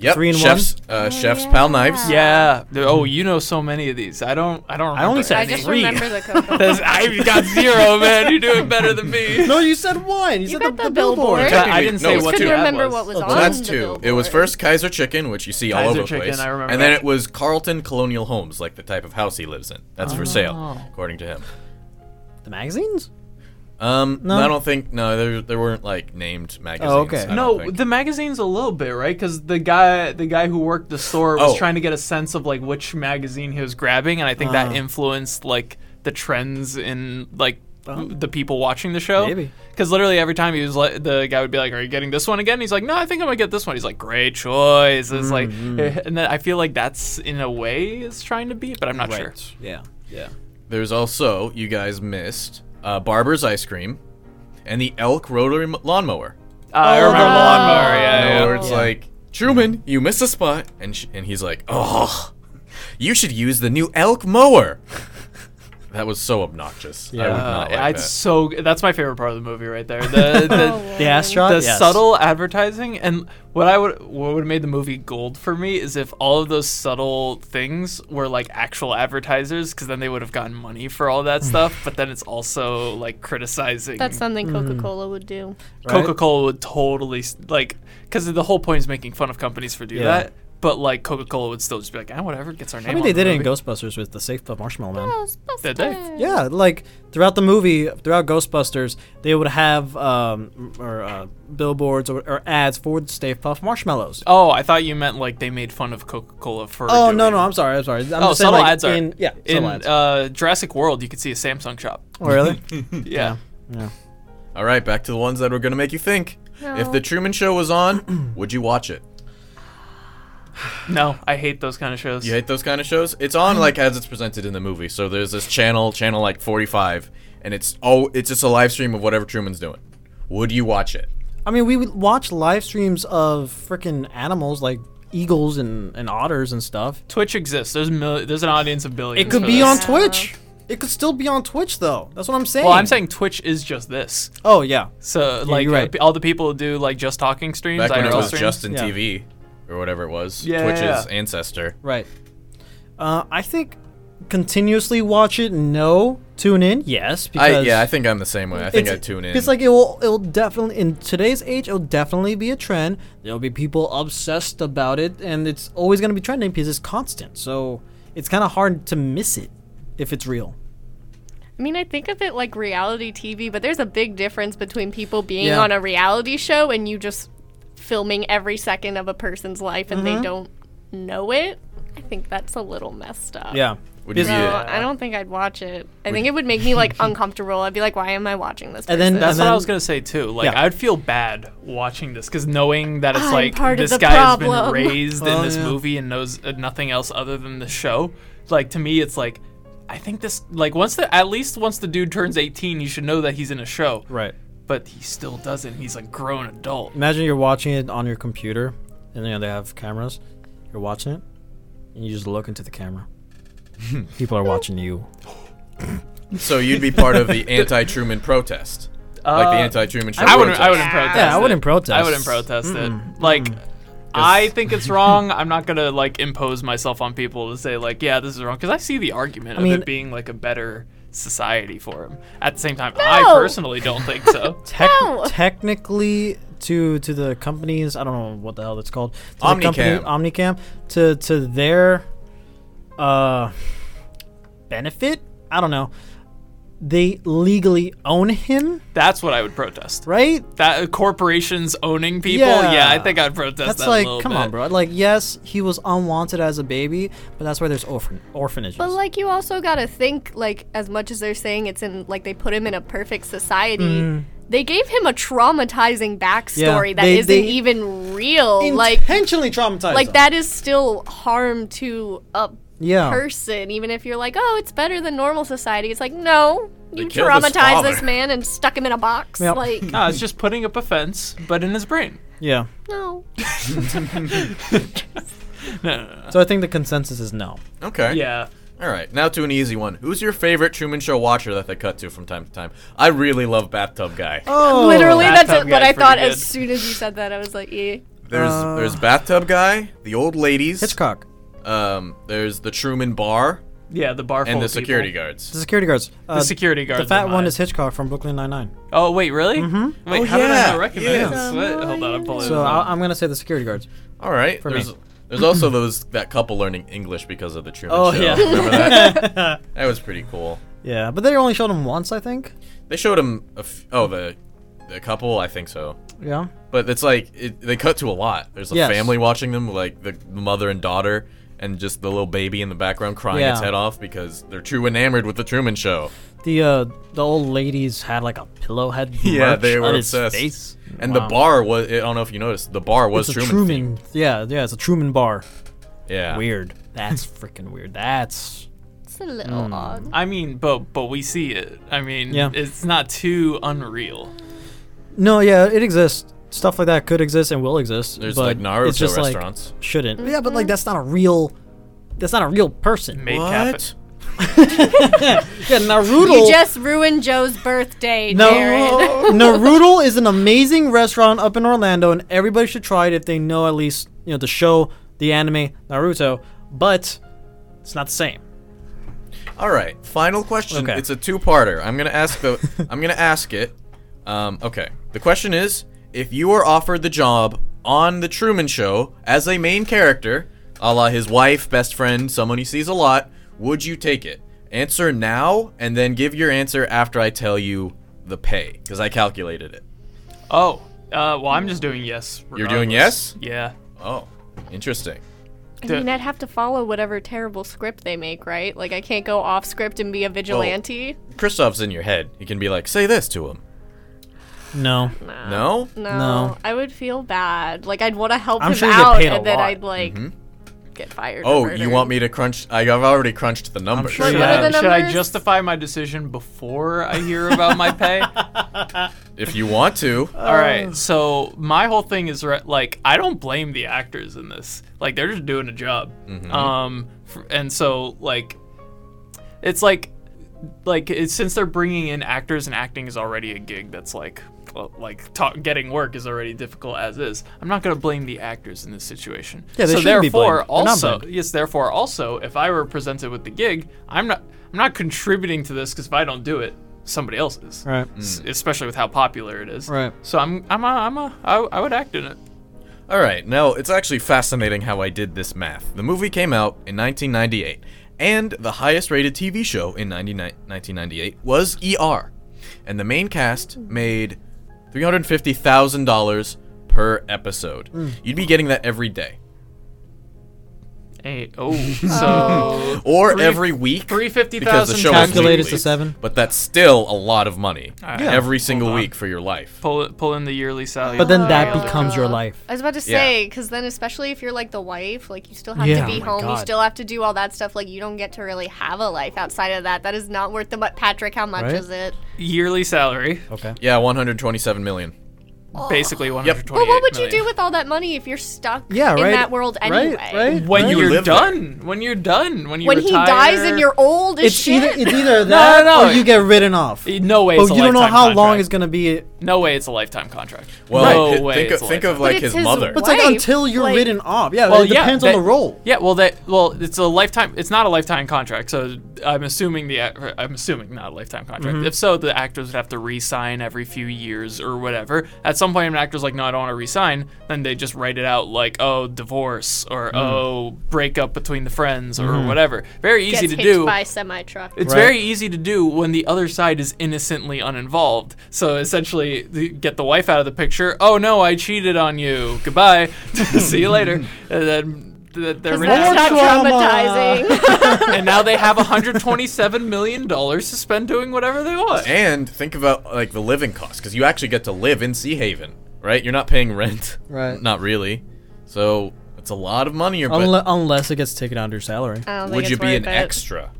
[SPEAKER 3] Yep.
[SPEAKER 2] Three in
[SPEAKER 3] chefs, Uh, chef's pal knives.
[SPEAKER 1] Yeah. The- Oh, you know so many of these. I don't. I don't. Remember
[SPEAKER 2] I only said
[SPEAKER 4] I
[SPEAKER 1] any.
[SPEAKER 4] just
[SPEAKER 2] three.
[SPEAKER 1] (laughs)
[SPEAKER 4] remember the cocoa.
[SPEAKER 1] That's- I've got zero, man. You're doing better than
[SPEAKER 2] (laughs)
[SPEAKER 1] me.
[SPEAKER 2] No, you said one. You,
[SPEAKER 4] You
[SPEAKER 2] said
[SPEAKER 4] got
[SPEAKER 2] the,
[SPEAKER 4] the
[SPEAKER 2] the billboard.
[SPEAKER 4] billboard.
[SPEAKER 1] I
[SPEAKER 3] Technically,
[SPEAKER 1] didn't
[SPEAKER 3] no,
[SPEAKER 1] say
[SPEAKER 3] it's
[SPEAKER 1] what
[SPEAKER 3] two.
[SPEAKER 1] the
[SPEAKER 4] Couldn't
[SPEAKER 1] ad
[SPEAKER 4] remember
[SPEAKER 1] was.
[SPEAKER 4] what was
[SPEAKER 2] Oh,
[SPEAKER 4] on.
[SPEAKER 2] so
[SPEAKER 3] So that's
[SPEAKER 4] the
[SPEAKER 3] two. It was
[SPEAKER 4] billboard.
[SPEAKER 3] first Kaiser Chicken, which you see all
[SPEAKER 1] Kaiser
[SPEAKER 3] over the
[SPEAKER 1] Chicken,
[SPEAKER 3] place,
[SPEAKER 1] I remember
[SPEAKER 3] and then
[SPEAKER 1] that.
[SPEAKER 3] it was Carlton Colonial Homes, like the type of house he lives in. That's
[SPEAKER 2] Oh.
[SPEAKER 3] for sale, according to him.
[SPEAKER 2] The magazines.
[SPEAKER 3] Um,
[SPEAKER 2] No. Oh,
[SPEAKER 3] I don't think no, there, there weren't like named magazines.
[SPEAKER 2] okay.
[SPEAKER 3] I don't
[SPEAKER 1] No,
[SPEAKER 3] think.
[SPEAKER 1] the magazine's a little bit right because the guy, the guy who worked the store was
[SPEAKER 3] Oh.
[SPEAKER 1] trying to get a sense of like which magazine he was grabbing, and I think
[SPEAKER 2] Ah.
[SPEAKER 1] that influenced like the trends in like
[SPEAKER 2] Oh.
[SPEAKER 1] the people watching the show.
[SPEAKER 2] Maybe.
[SPEAKER 1] because literally every time he was like, the guy would be like, "Are you getting this one again?" He's like, "No, I think I'm gonna get this one." He's like, "Great choice." It's like,
[SPEAKER 2] Mm-hmm.
[SPEAKER 1] (laughs) and then I feel like that's in a way is trying to be, but I'm not sure.
[SPEAKER 2] Yeah. Yeah.
[SPEAKER 3] There's also you guys missed uh, Barber's ice cream, and the Elk Rotary m- lawnmower.
[SPEAKER 1] Uh, I
[SPEAKER 2] Oh, the
[SPEAKER 1] remember the lawnmower. Yeah,
[SPEAKER 4] lawnmower.
[SPEAKER 3] You
[SPEAKER 1] yeah.
[SPEAKER 3] know, where it's
[SPEAKER 2] Yeah.
[SPEAKER 3] like Truman, you missed a spot, and sh- and he's like, oh, you should use the new elk mower. (laughs) that was so obnoxious. I would
[SPEAKER 2] Yeah.
[SPEAKER 3] not
[SPEAKER 1] Uh,
[SPEAKER 3] like
[SPEAKER 1] it's
[SPEAKER 3] that.
[SPEAKER 1] so that's my favorite part of the movie right
[SPEAKER 2] (laughs)
[SPEAKER 1] there. The,
[SPEAKER 4] Oh,
[SPEAKER 1] the,
[SPEAKER 2] The
[SPEAKER 4] wow.
[SPEAKER 2] astronaut.
[SPEAKER 1] the
[SPEAKER 2] Yes.
[SPEAKER 1] subtle advertising and what I would what would have made the movie gold for me is if all of those subtle things were like actual advertisers because then they would have gotten money for all
[SPEAKER 2] Mm.
[SPEAKER 1] that stuff. But then it's also like criticizing.
[SPEAKER 4] That's something
[SPEAKER 2] Hmm.
[SPEAKER 4] Coca Cola would do.
[SPEAKER 2] right?
[SPEAKER 1] Coca Cola would totally s- like because the whole point is making fun of companies for do
[SPEAKER 2] Yeah.
[SPEAKER 1] that. But like Coca Cola would still just be like, ah, whatever gets our name.
[SPEAKER 2] I mean,
[SPEAKER 1] on
[SPEAKER 2] they
[SPEAKER 1] the
[SPEAKER 2] did it in
[SPEAKER 1] movie."
[SPEAKER 2] Ghostbusters with the safe the marshmallow man.
[SPEAKER 4] Oh,
[SPEAKER 1] Did they?
[SPEAKER 2] Yeah, like throughout the movie, throughout Ghostbusters, they would have um, or uh, billboards or, or ads for the Stay Puff marshmallows.
[SPEAKER 1] Oh, I thought you meant like they made fun of Coca Cola for.
[SPEAKER 2] Oh no
[SPEAKER 1] doing-
[SPEAKER 2] no, I'm sorry, I'm sorry. I'm
[SPEAKER 1] oh,
[SPEAKER 2] just saying,
[SPEAKER 1] subtle
[SPEAKER 2] like,
[SPEAKER 1] ads are
[SPEAKER 2] in, yeah
[SPEAKER 1] in
[SPEAKER 2] subtle ads.
[SPEAKER 1] Uh, Jurassic World. You could see a Samsung shop. (laughs)
[SPEAKER 2] oh, really?
[SPEAKER 1] Yeah.
[SPEAKER 2] yeah.
[SPEAKER 3] All right, back to the ones that were gonna make you think. If the Truman Show
[SPEAKER 1] (clears throat)
[SPEAKER 3] was on, would you watch it?
[SPEAKER 1] No, I hate those kind of shows.
[SPEAKER 3] You hate those kind of shows? It's on like as it's presented in the movie. So there's this channel, channel like 45, and it's oh, it's just a live stream of whatever Truman's doing. Would you watch it?
[SPEAKER 2] (laughs) I mean, we would watch live streams of freaking animals like eagles and, and otters and stuff.
[SPEAKER 1] Twitch exists. There's mil- there's an audience of billions.
[SPEAKER 2] It could
[SPEAKER 1] for
[SPEAKER 2] be
[SPEAKER 1] this.
[SPEAKER 2] on Twitch. It could still be on Twitch though. That's what I'm saying.
[SPEAKER 1] Well, I'm saying Twitch is just this.
[SPEAKER 2] Oh yeah.
[SPEAKER 1] So like
[SPEAKER 2] you're right.
[SPEAKER 1] uh, all the people who do like just talking streams.
[SPEAKER 3] Back when it
[SPEAKER 1] IRL
[SPEAKER 3] was
[SPEAKER 1] streams.
[SPEAKER 3] Justin
[SPEAKER 2] Yeah.
[SPEAKER 3] TV or whatever it was,
[SPEAKER 1] Yeah,
[SPEAKER 3] Twitch's
[SPEAKER 1] yeah, yeah.
[SPEAKER 3] ancestor.
[SPEAKER 2] Right. Uh, I think continuously watch it. No, tune in. Yes,
[SPEAKER 3] I,
[SPEAKER 2] because
[SPEAKER 3] yeah, I think I'm the same way. I think I tune in.
[SPEAKER 2] It's like it will. It will definitely in today's age. It will definitely be a trend. There'll be people obsessed about it, and it's always going to be trending because it's constant. So it's kind of hard to miss it if it's real.
[SPEAKER 4] I mean, I think of it like reality TV, but there's a big difference between people being
[SPEAKER 2] Yeah.
[SPEAKER 4] on a reality show and you just filming every second of a person's life and
[SPEAKER 2] Mm-hmm.
[SPEAKER 4] they don't know it. I think that's a little messed up.
[SPEAKER 2] Yeah.
[SPEAKER 3] Would you
[SPEAKER 4] So
[SPEAKER 3] eat it?
[SPEAKER 4] I don't think I'd watch it. I think it would make me like uncomfortable. I'd be like, why am I watching this?
[SPEAKER 2] And then-
[SPEAKER 4] person?
[SPEAKER 1] That's
[SPEAKER 2] and
[SPEAKER 1] what
[SPEAKER 2] then-
[SPEAKER 1] I was gonna say too. Like
[SPEAKER 2] Yeah.
[SPEAKER 1] I'd feel bad watching this because knowing that it's
[SPEAKER 4] I'm
[SPEAKER 1] like
[SPEAKER 4] part of
[SPEAKER 1] this
[SPEAKER 4] the
[SPEAKER 1] guy has
[SPEAKER 4] problem.
[SPEAKER 1] been raised
[SPEAKER 2] Oh,
[SPEAKER 1] in this
[SPEAKER 2] yeah.
[SPEAKER 1] movie and knows uh, nothing else other than the show. Like to me, it's like I think this like once the at least once the dude turns 18, you should know that he's in a show.
[SPEAKER 2] Right.
[SPEAKER 1] But he still doesn't. He's a grown adult.
[SPEAKER 2] Imagine you're watching it on your computer, and you know they have cameras. You're watching it, and you just look into the
[SPEAKER 3] (laughs)
[SPEAKER 2] camera. People are watching you.
[SPEAKER 3] So you'd be part
[SPEAKER 1] (laughs)
[SPEAKER 3] of the anti-Truman protest, like the
[SPEAKER 1] Uh,
[SPEAKER 3] anti-Truman show.
[SPEAKER 1] I wouldn't. I
[SPEAKER 3] protest.
[SPEAKER 1] wouldn't protest.
[SPEAKER 2] Yeah, I
[SPEAKER 1] it.
[SPEAKER 2] wouldn't protest.
[SPEAKER 1] I wouldn't protest it. Like, I think
[SPEAKER 2] (laughs)
[SPEAKER 1] it's wrong. I'm not gonna like impose myself on people to say like, yeah, this is wrong, because I see the argument of
[SPEAKER 2] mean-
[SPEAKER 1] it being like a better society for him. At the same time, I
[SPEAKER 2] (laughs)
[SPEAKER 4] No!
[SPEAKER 1] personally don't think so.
[SPEAKER 2] Tec-
[SPEAKER 4] No.
[SPEAKER 2] Technically, to to the companies. I don't know what the hell that's called. To the company-
[SPEAKER 3] Omnicam.
[SPEAKER 2] Omnicam to to their uh benefit. I don't know. They legally own him,
[SPEAKER 1] That's what I would protest.
[SPEAKER 2] right?
[SPEAKER 1] That uh, corporations owning people. Yeah,
[SPEAKER 2] Yeah.
[SPEAKER 1] I think I'd protest
[SPEAKER 2] That's
[SPEAKER 1] that
[SPEAKER 2] like,
[SPEAKER 1] a little
[SPEAKER 2] come
[SPEAKER 1] bit.
[SPEAKER 2] on, bro. Like, yes, he was unwanted as a baby, but that's why there's orphan orphanages.
[SPEAKER 4] But like you also gotta think like as much as they're saying it's in like they put him in a perfect society. They gave him a traumatizing backstory that
[SPEAKER 2] Mm. they-
[SPEAKER 4] not
[SPEAKER 2] they-
[SPEAKER 4] even real. Like
[SPEAKER 2] intentionally traumatized.
[SPEAKER 4] like
[SPEAKER 2] them.
[SPEAKER 4] that is still harm to a
[SPEAKER 2] Yeah.
[SPEAKER 4] person even if you're like oh it's better than normal society it's like no you
[SPEAKER 3] killed his
[SPEAKER 4] traumatized this
[SPEAKER 3] father.
[SPEAKER 4] man and stuck him in a box
[SPEAKER 2] Yep.
[SPEAKER 4] like
[SPEAKER 1] No, it's just putting up a fence, but in his
[SPEAKER 2] (laughs)
[SPEAKER 1] brain.
[SPEAKER 2] Yeah.
[SPEAKER 4] no
[SPEAKER 1] No, no, no.
[SPEAKER 2] So I think the consensus is no.
[SPEAKER 3] Okay.
[SPEAKER 1] Yeah.
[SPEAKER 3] All right. Now to an easy one. Who's your favorite Truman Show watcher that they cut to from time to time? I really love Bathtub Guy.
[SPEAKER 2] Oh,
[SPEAKER 4] (laughs) literally
[SPEAKER 1] that
[SPEAKER 4] that's
[SPEAKER 1] tough
[SPEAKER 4] it, what
[SPEAKER 1] guy's
[SPEAKER 4] i thought
[SPEAKER 1] pretty
[SPEAKER 4] as
[SPEAKER 1] good.
[SPEAKER 4] soon as you said that i was like eh.
[SPEAKER 3] There's
[SPEAKER 2] Uh.
[SPEAKER 3] there's Bathtub Guy, the old ladies.
[SPEAKER 2] Hitchcock,
[SPEAKER 3] Um, there's the Truman Bar
[SPEAKER 1] Yeah, the bar full
[SPEAKER 3] and the
[SPEAKER 1] of people.
[SPEAKER 3] security
[SPEAKER 2] the
[SPEAKER 3] guards.
[SPEAKER 2] security guards. Uh,
[SPEAKER 1] The security guard.
[SPEAKER 2] The fat one is Hitchcock from Brooklyn Nine Nine.
[SPEAKER 1] Oh wait, really? Mm-hmm. Wait,
[SPEAKER 3] Oh,
[SPEAKER 1] how did I
[SPEAKER 3] yeah,
[SPEAKER 1] not
[SPEAKER 3] yeah.
[SPEAKER 1] recognize this? What? Hold on, I'm pulling.
[SPEAKER 2] So
[SPEAKER 1] it up.
[SPEAKER 2] I, I'm gonna say the security guards.
[SPEAKER 3] All right.
[SPEAKER 2] me.
[SPEAKER 3] there's there's also those that couple learning English because of the Truman
[SPEAKER 2] Oh,
[SPEAKER 3] Show.
[SPEAKER 2] yeah.
[SPEAKER 3] Remember that?
[SPEAKER 2] (laughs)
[SPEAKER 3] that was pretty cool.
[SPEAKER 2] Yeah, but they only showed him once, I think.
[SPEAKER 3] They showed him a f- oh the the couple I think so.
[SPEAKER 2] Yeah.
[SPEAKER 3] But it's like it, they cut to a lot. There's a
[SPEAKER 2] Yes.
[SPEAKER 3] family watching them, like the mother and daughter, and just the little baby in the background crying its
[SPEAKER 2] Yeah.
[SPEAKER 3] head off because they're too enamored with the Truman Show.
[SPEAKER 2] The uh, the old ladies had like a pillow head.
[SPEAKER 3] (laughs) Yeah,
[SPEAKER 2] merch
[SPEAKER 3] they
[SPEAKER 2] on
[SPEAKER 3] were
[SPEAKER 2] his
[SPEAKER 3] obsessed.
[SPEAKER 2] face.
[SPEAKER 3] And
[SPEAKER 2] Wow.
[SPEAKER 3] the bar was I don't know if you noticed the bar was
[SPEAKER 2] It's a
[SPEAKER 3] Truman.
[SPEAKER 2] Truman.
[SPEAKER 3] themed.
[SPEAKER 2] Yeah, yeah, it's a Truman bar.
[SPEAKER 3] Yeah.
[SPEAKER 2] Weird. That's freaking weird.
[SPEAKER 3] (laughs)
[SPEAKER 2] That's
[SPEAKER 4] it's a little odd
[SPEAKER 1] I mean, but but we see it. I mean,
[SPEAKER 2] Yeah.
[SPEAKER 1] it's not too unreal.
[SPEAKER 2] no, yeah, it exists. Stuff like that could exist and will exist.
[SPEAKER 3] There's
[SPEAKER 2] but
[SPEAKER 3] like Naruto
[SPEAKER 2] it's just, like,
[SPEAKER 3] restaurants.
[SPEAKER 2] shouldn't. Yeah, but like that's not a real. That's not a real
[SPEAKER 3] (laughs)
[SPEAKER 2] person.
[SPEAKER 1] Made
[SPEAKER 3] What?
[SPEAKER 2] Yeah,
[SPEAKER 4] (laughs)
[SPEAKER 2] Naruto.
[SPEAKER 4] you just ruined joe's
[SPEAKER 2] (laughs)
[SPEAKER 4] birthday
[SPEAKER 2] No, (laughs)
[SPEAKER 4] Jared.
[SPEAKER 2] Naruto is an amazing restaurant up in Orlando, and everybody should try it if they know at least you know the show, the anime Naruto. But it's not the same.
[SPEAKER 3] All right. Final question.
[SPEAKER 2] Okay.
[SPEAKER 3] It's a two-parter. I'm gonna ask the.
[SPEAKER 2] (laughs)
[SPEAKER 3] I'm gonna ask it. Um, okay. The question is, if you were offered the job on the Truman Show as a main character, a la his wife, best friend, someone he sees a lot, would you take it? Answer now, and then give your answer after I tell you the pay, because I calculated it.
[SPEAKER 1] Oh, uh, well, I'm just doing yes.
[SPEAKER 3] You're doing
[SPEAKER 1] regardless. Yeah.
[SPEAKER 3] yes? Oh, interesting.
[SPEAKER 4] (laughs) i mean i'd have to follow whatever terrible script they make right like i can't go off script and be a vigilante
[SPEAKER 3] Kristoff's in your head. You can be like, say this to him.
[SPEAKER 2] No,
[SPEAKER 3] No.
[SPEAKER 4] No,
[SPEAKER 2] No.
[SPEAKER 4] I would feel bad. Like I'd want to help
[SPEAKER 2] I'm
[SPEAKER 4] him
[SPEAKER 2] sure you get
[SPEAKER 4] out,
[SPEAKER 2] paid a
[SPEAKER 4] and then
[SPEAKER 2] lot.
[SPEAKER 4] I'd like get fired.
[SPEAKER 3] Oh, you want me to crunch? I've already crunched the numbers.
[SPEAKER 2] sure you
[SPEAKER 1] Should I-
[SPEAKER 4] What are the
[SPEAKER 1] should I
[SPEAKER 4] numbers?
[SPEAKER 1] justify my decision before I hear about my pay?
[SPEAKER 3] (laughs) If you
[SPEAKER 2] (laughs)
[SPEAKER 3] want to.
[SPEAKER 2] Uh,
[SPEAKER 1] All
[SPEAKER 2] Um.
[SPEAKER 1] right. So my whole thing is re- like I don't blame the actors in this. Like they're just doing a job. Um, f- and so like, it's like, like it's, since they're bringing in actors and acting is already a gig that's like, well, like ta- getting work is already difficult as is. I'm not gonna blame the actors in this situation.
[SPEAKER 2] Yeah, they
[SPEAKER 1] so
[SPEAKER 2] shouldn't be
[SPEAKER 1] therefore
[SPEAKER 2] blamed. They're not
[SPEAKER 1] also
[SPEAKER 2] blamed.
[SPEAKER 1] yes therefore also if I were presented with the gig I'm not I'm not contributing to this because if I don't do it somebody else is
[SPEAKER 2] Right.
[SPEAKER 1] S-
[SPEAKER 3] Hmm.
[SPEAKER 1] especially with how popular it is
[SPEAKER 2] Right.
[SPEAKER 1] so I'm I'm a, I'm a I, I would act in it.
[SPEAKER 3] All right, now it's actually fascinating how I did this math. The movie came out in 1998, and the highest rated TV show in 99 1998 was ER. And the main cast made $350,000 per episode.
[SPEAKER 1] Hmm.
[SPEAKER 3] You'd be getting that every day.
[SPEAKER 1] Hey, oh, (laughs) so
[SPEAKER 3] Or
[SPEAKER 1] Three-
[SPEAKER 3] every week. because the
[SPEAKER 1] 350,000
[SPEAKER 3] show is
[SPEAKER 2] Calculated
[SPEAKER 3] weekly.
[SPEAKER 2] to seven.
[SPEAKER 3] But that's still a lot of money.
[SPEAKER 1] Yeah.
[SPEAKER 3] Every single
[SPEAKER 1] Hold on.
[SPEAKER 3] week for your life.
[SPEAKER 1] pull pull in the yearly salary.
[SPEAKER 2] but then that
[SPEAKER 1] Yeah.
[SPEAKER 2] becomes your life.
[SPEAKER 4] I was about to
[SPEAKER 3] Yeah.
[SPEAKER 4] say, because then especially if you're like the wife, like you still have
[SPEAKER 2] Yeah.
[SPEAKER 4] to
[SPEAKER 2] Oh
[SPEAKER 4] be
[SPEAKER 2] my
[SPEAKER 4] home, you
[SPEAKER 2] God.
[SPEAKER 4] still have to do all that stuff. Like you don't get to really have a life outside of that. That is not worth the. mu- Patrick, how much
[SPEAKER 2] Right?
[SPEAKER 4] is it?
[SPEAKER 1] yearly salary,
[SPEAKER 2] Okay.
[SPEAKER 3] Yeah, 127 million.
[SPEAKER 1] basically one
[SPEAKER 3] Oh. Yep.
[SPEAKER 1] hundred twenty.
[SPEAKER 4] Well, what would you do with all that money if you're stuck
[SPEAKER 2] Yeah,
[SPEAKER 4] in
[SPEAKER 2] right.
[SPEAKER 4] that world anyway?
[SPEAKER 2] Right, right.
[SPEAKER 1] when
[SPEAKER 2] right?
[SPEAKER 3] You
[SPEAKER 1] you're
[SPEAKER 3] live there.
[SPEAKER 1] done? When you're done? When you
[SPEAKER 4] When he
[SPEAKER 1] retire?
[SPEAKER 4] dies and you're old as
[SPEAKER 2] It's
[SPEAKER 4] shit.
[SPEAKER 2] (laughs) either it's either that
[SPEAKER 1] no,
[SPEAKER 2] or
[SPEAKER 1] no.
[SPEAKER 2] you get ridden off.
[SPEAKER 1] Eh, no way.
[SPEAKER 2] Oh,
[SPEAKER 1] it's a
[SPEAKER 2] you don't know
[SPEAKER 1] lifetime
[SPEAKER 2] how long
[SPEAKER 1] contract.
[SPEAKER 2] it's gonna be.
[SPEAKER 1] No way, it's a lifetime contract.
[SPEAKER 3] Well,
[SPEAKER 1] no
[SPEAKER 3] thi-
[SPEAKER 1] way.
[SPEAKER 3] think
[SPEAKER 1] it's a
[SPEAKER 3] of, think
[SPEAKER 1] lifetime.
[SPEAKER 3] of like
[SPEAKER 4] it's
[SPEAKER 3] his,
[SPEAKER 4] his
[SPEAKER 3] mother.
[SPEAKER 4] wife.
[SPEAKER 2] But it's like
[SPEAKER 4] Wife,
[SPEAKER 2] until you're
[SPEAKER 4] like-
[SPEAKER 2] written off. Yeah,
[SPEAKER 1] Well,
[SPEAKER 2] it
[SPEAKER 1] yeah,
[SPEAKER 2] depends
[SPEAKER 1] that-
[SPEAKER 2] on the role.
[SPEAKER 1] Yeah, well, that well, it's a lifetime. It's not a lifetime contract, so I'm assuming the ac- I'm assuming not a lifetime contract.
[SPEAKER 2] Mm-hmm.
[SPEAKER 1] If so, the actors would have to re-sign every few years or whatever. At some point, an actor's like, "No, I don't want to re-sign," then they just write it out like, "Oh, divorce" or
[SPEAKER 2] Mm.
[SPEAKER 1] "Oh, breakup between the friends" or
[SPEAKER 2] Mm-hmm.
[SPEAKER 1] whatever. Very easy
[SPEAKER 4] Gets
[SPEAKER 1] to
[SPEAKER 4] hit
[SPEAKER 1] do.
[SPEAKER 4] by semi truck.
[SPEAKER 1] It's
[SPEAKER 2] Right.
[SPEAKER 1] very easy to do when the other side is innocently uninvolved. So essentially, the, get the wife out of the picture. Oh no, I cheated on you. Goodbye. (laughs) See you later. And then th- they're renounced.
[SPEAKER 4] that's not
[SPEAKER 2] trauma.
[SPEAKER 4] traumatizing. (laughs)
[SPEAKER 1] and now they have 127 million dollars to spend doing whatever they want.
[SPEAKER 3] (laughs) And think about like the living costs because you actually get to live in Sea Haven, right? You're not paying rent,
[SPEAKER 2] Right.
[SPEAKER 3] Not really. So it's a lot of money. You're
[SPEAKER 2] Unle- unless it gets taken out of your salary.
[SPEAKER 4] I don't
[SPEAKER 3] but
[SPEAKER 4] think
[SPEAKER 3] would
[SPEAKER 4] it's
[SPEAKER 3] you be
[SPEAKER 4] worth
[SPEAKER 3] an
[SPEAKER 4] it.
[SPEAKER 3] extra?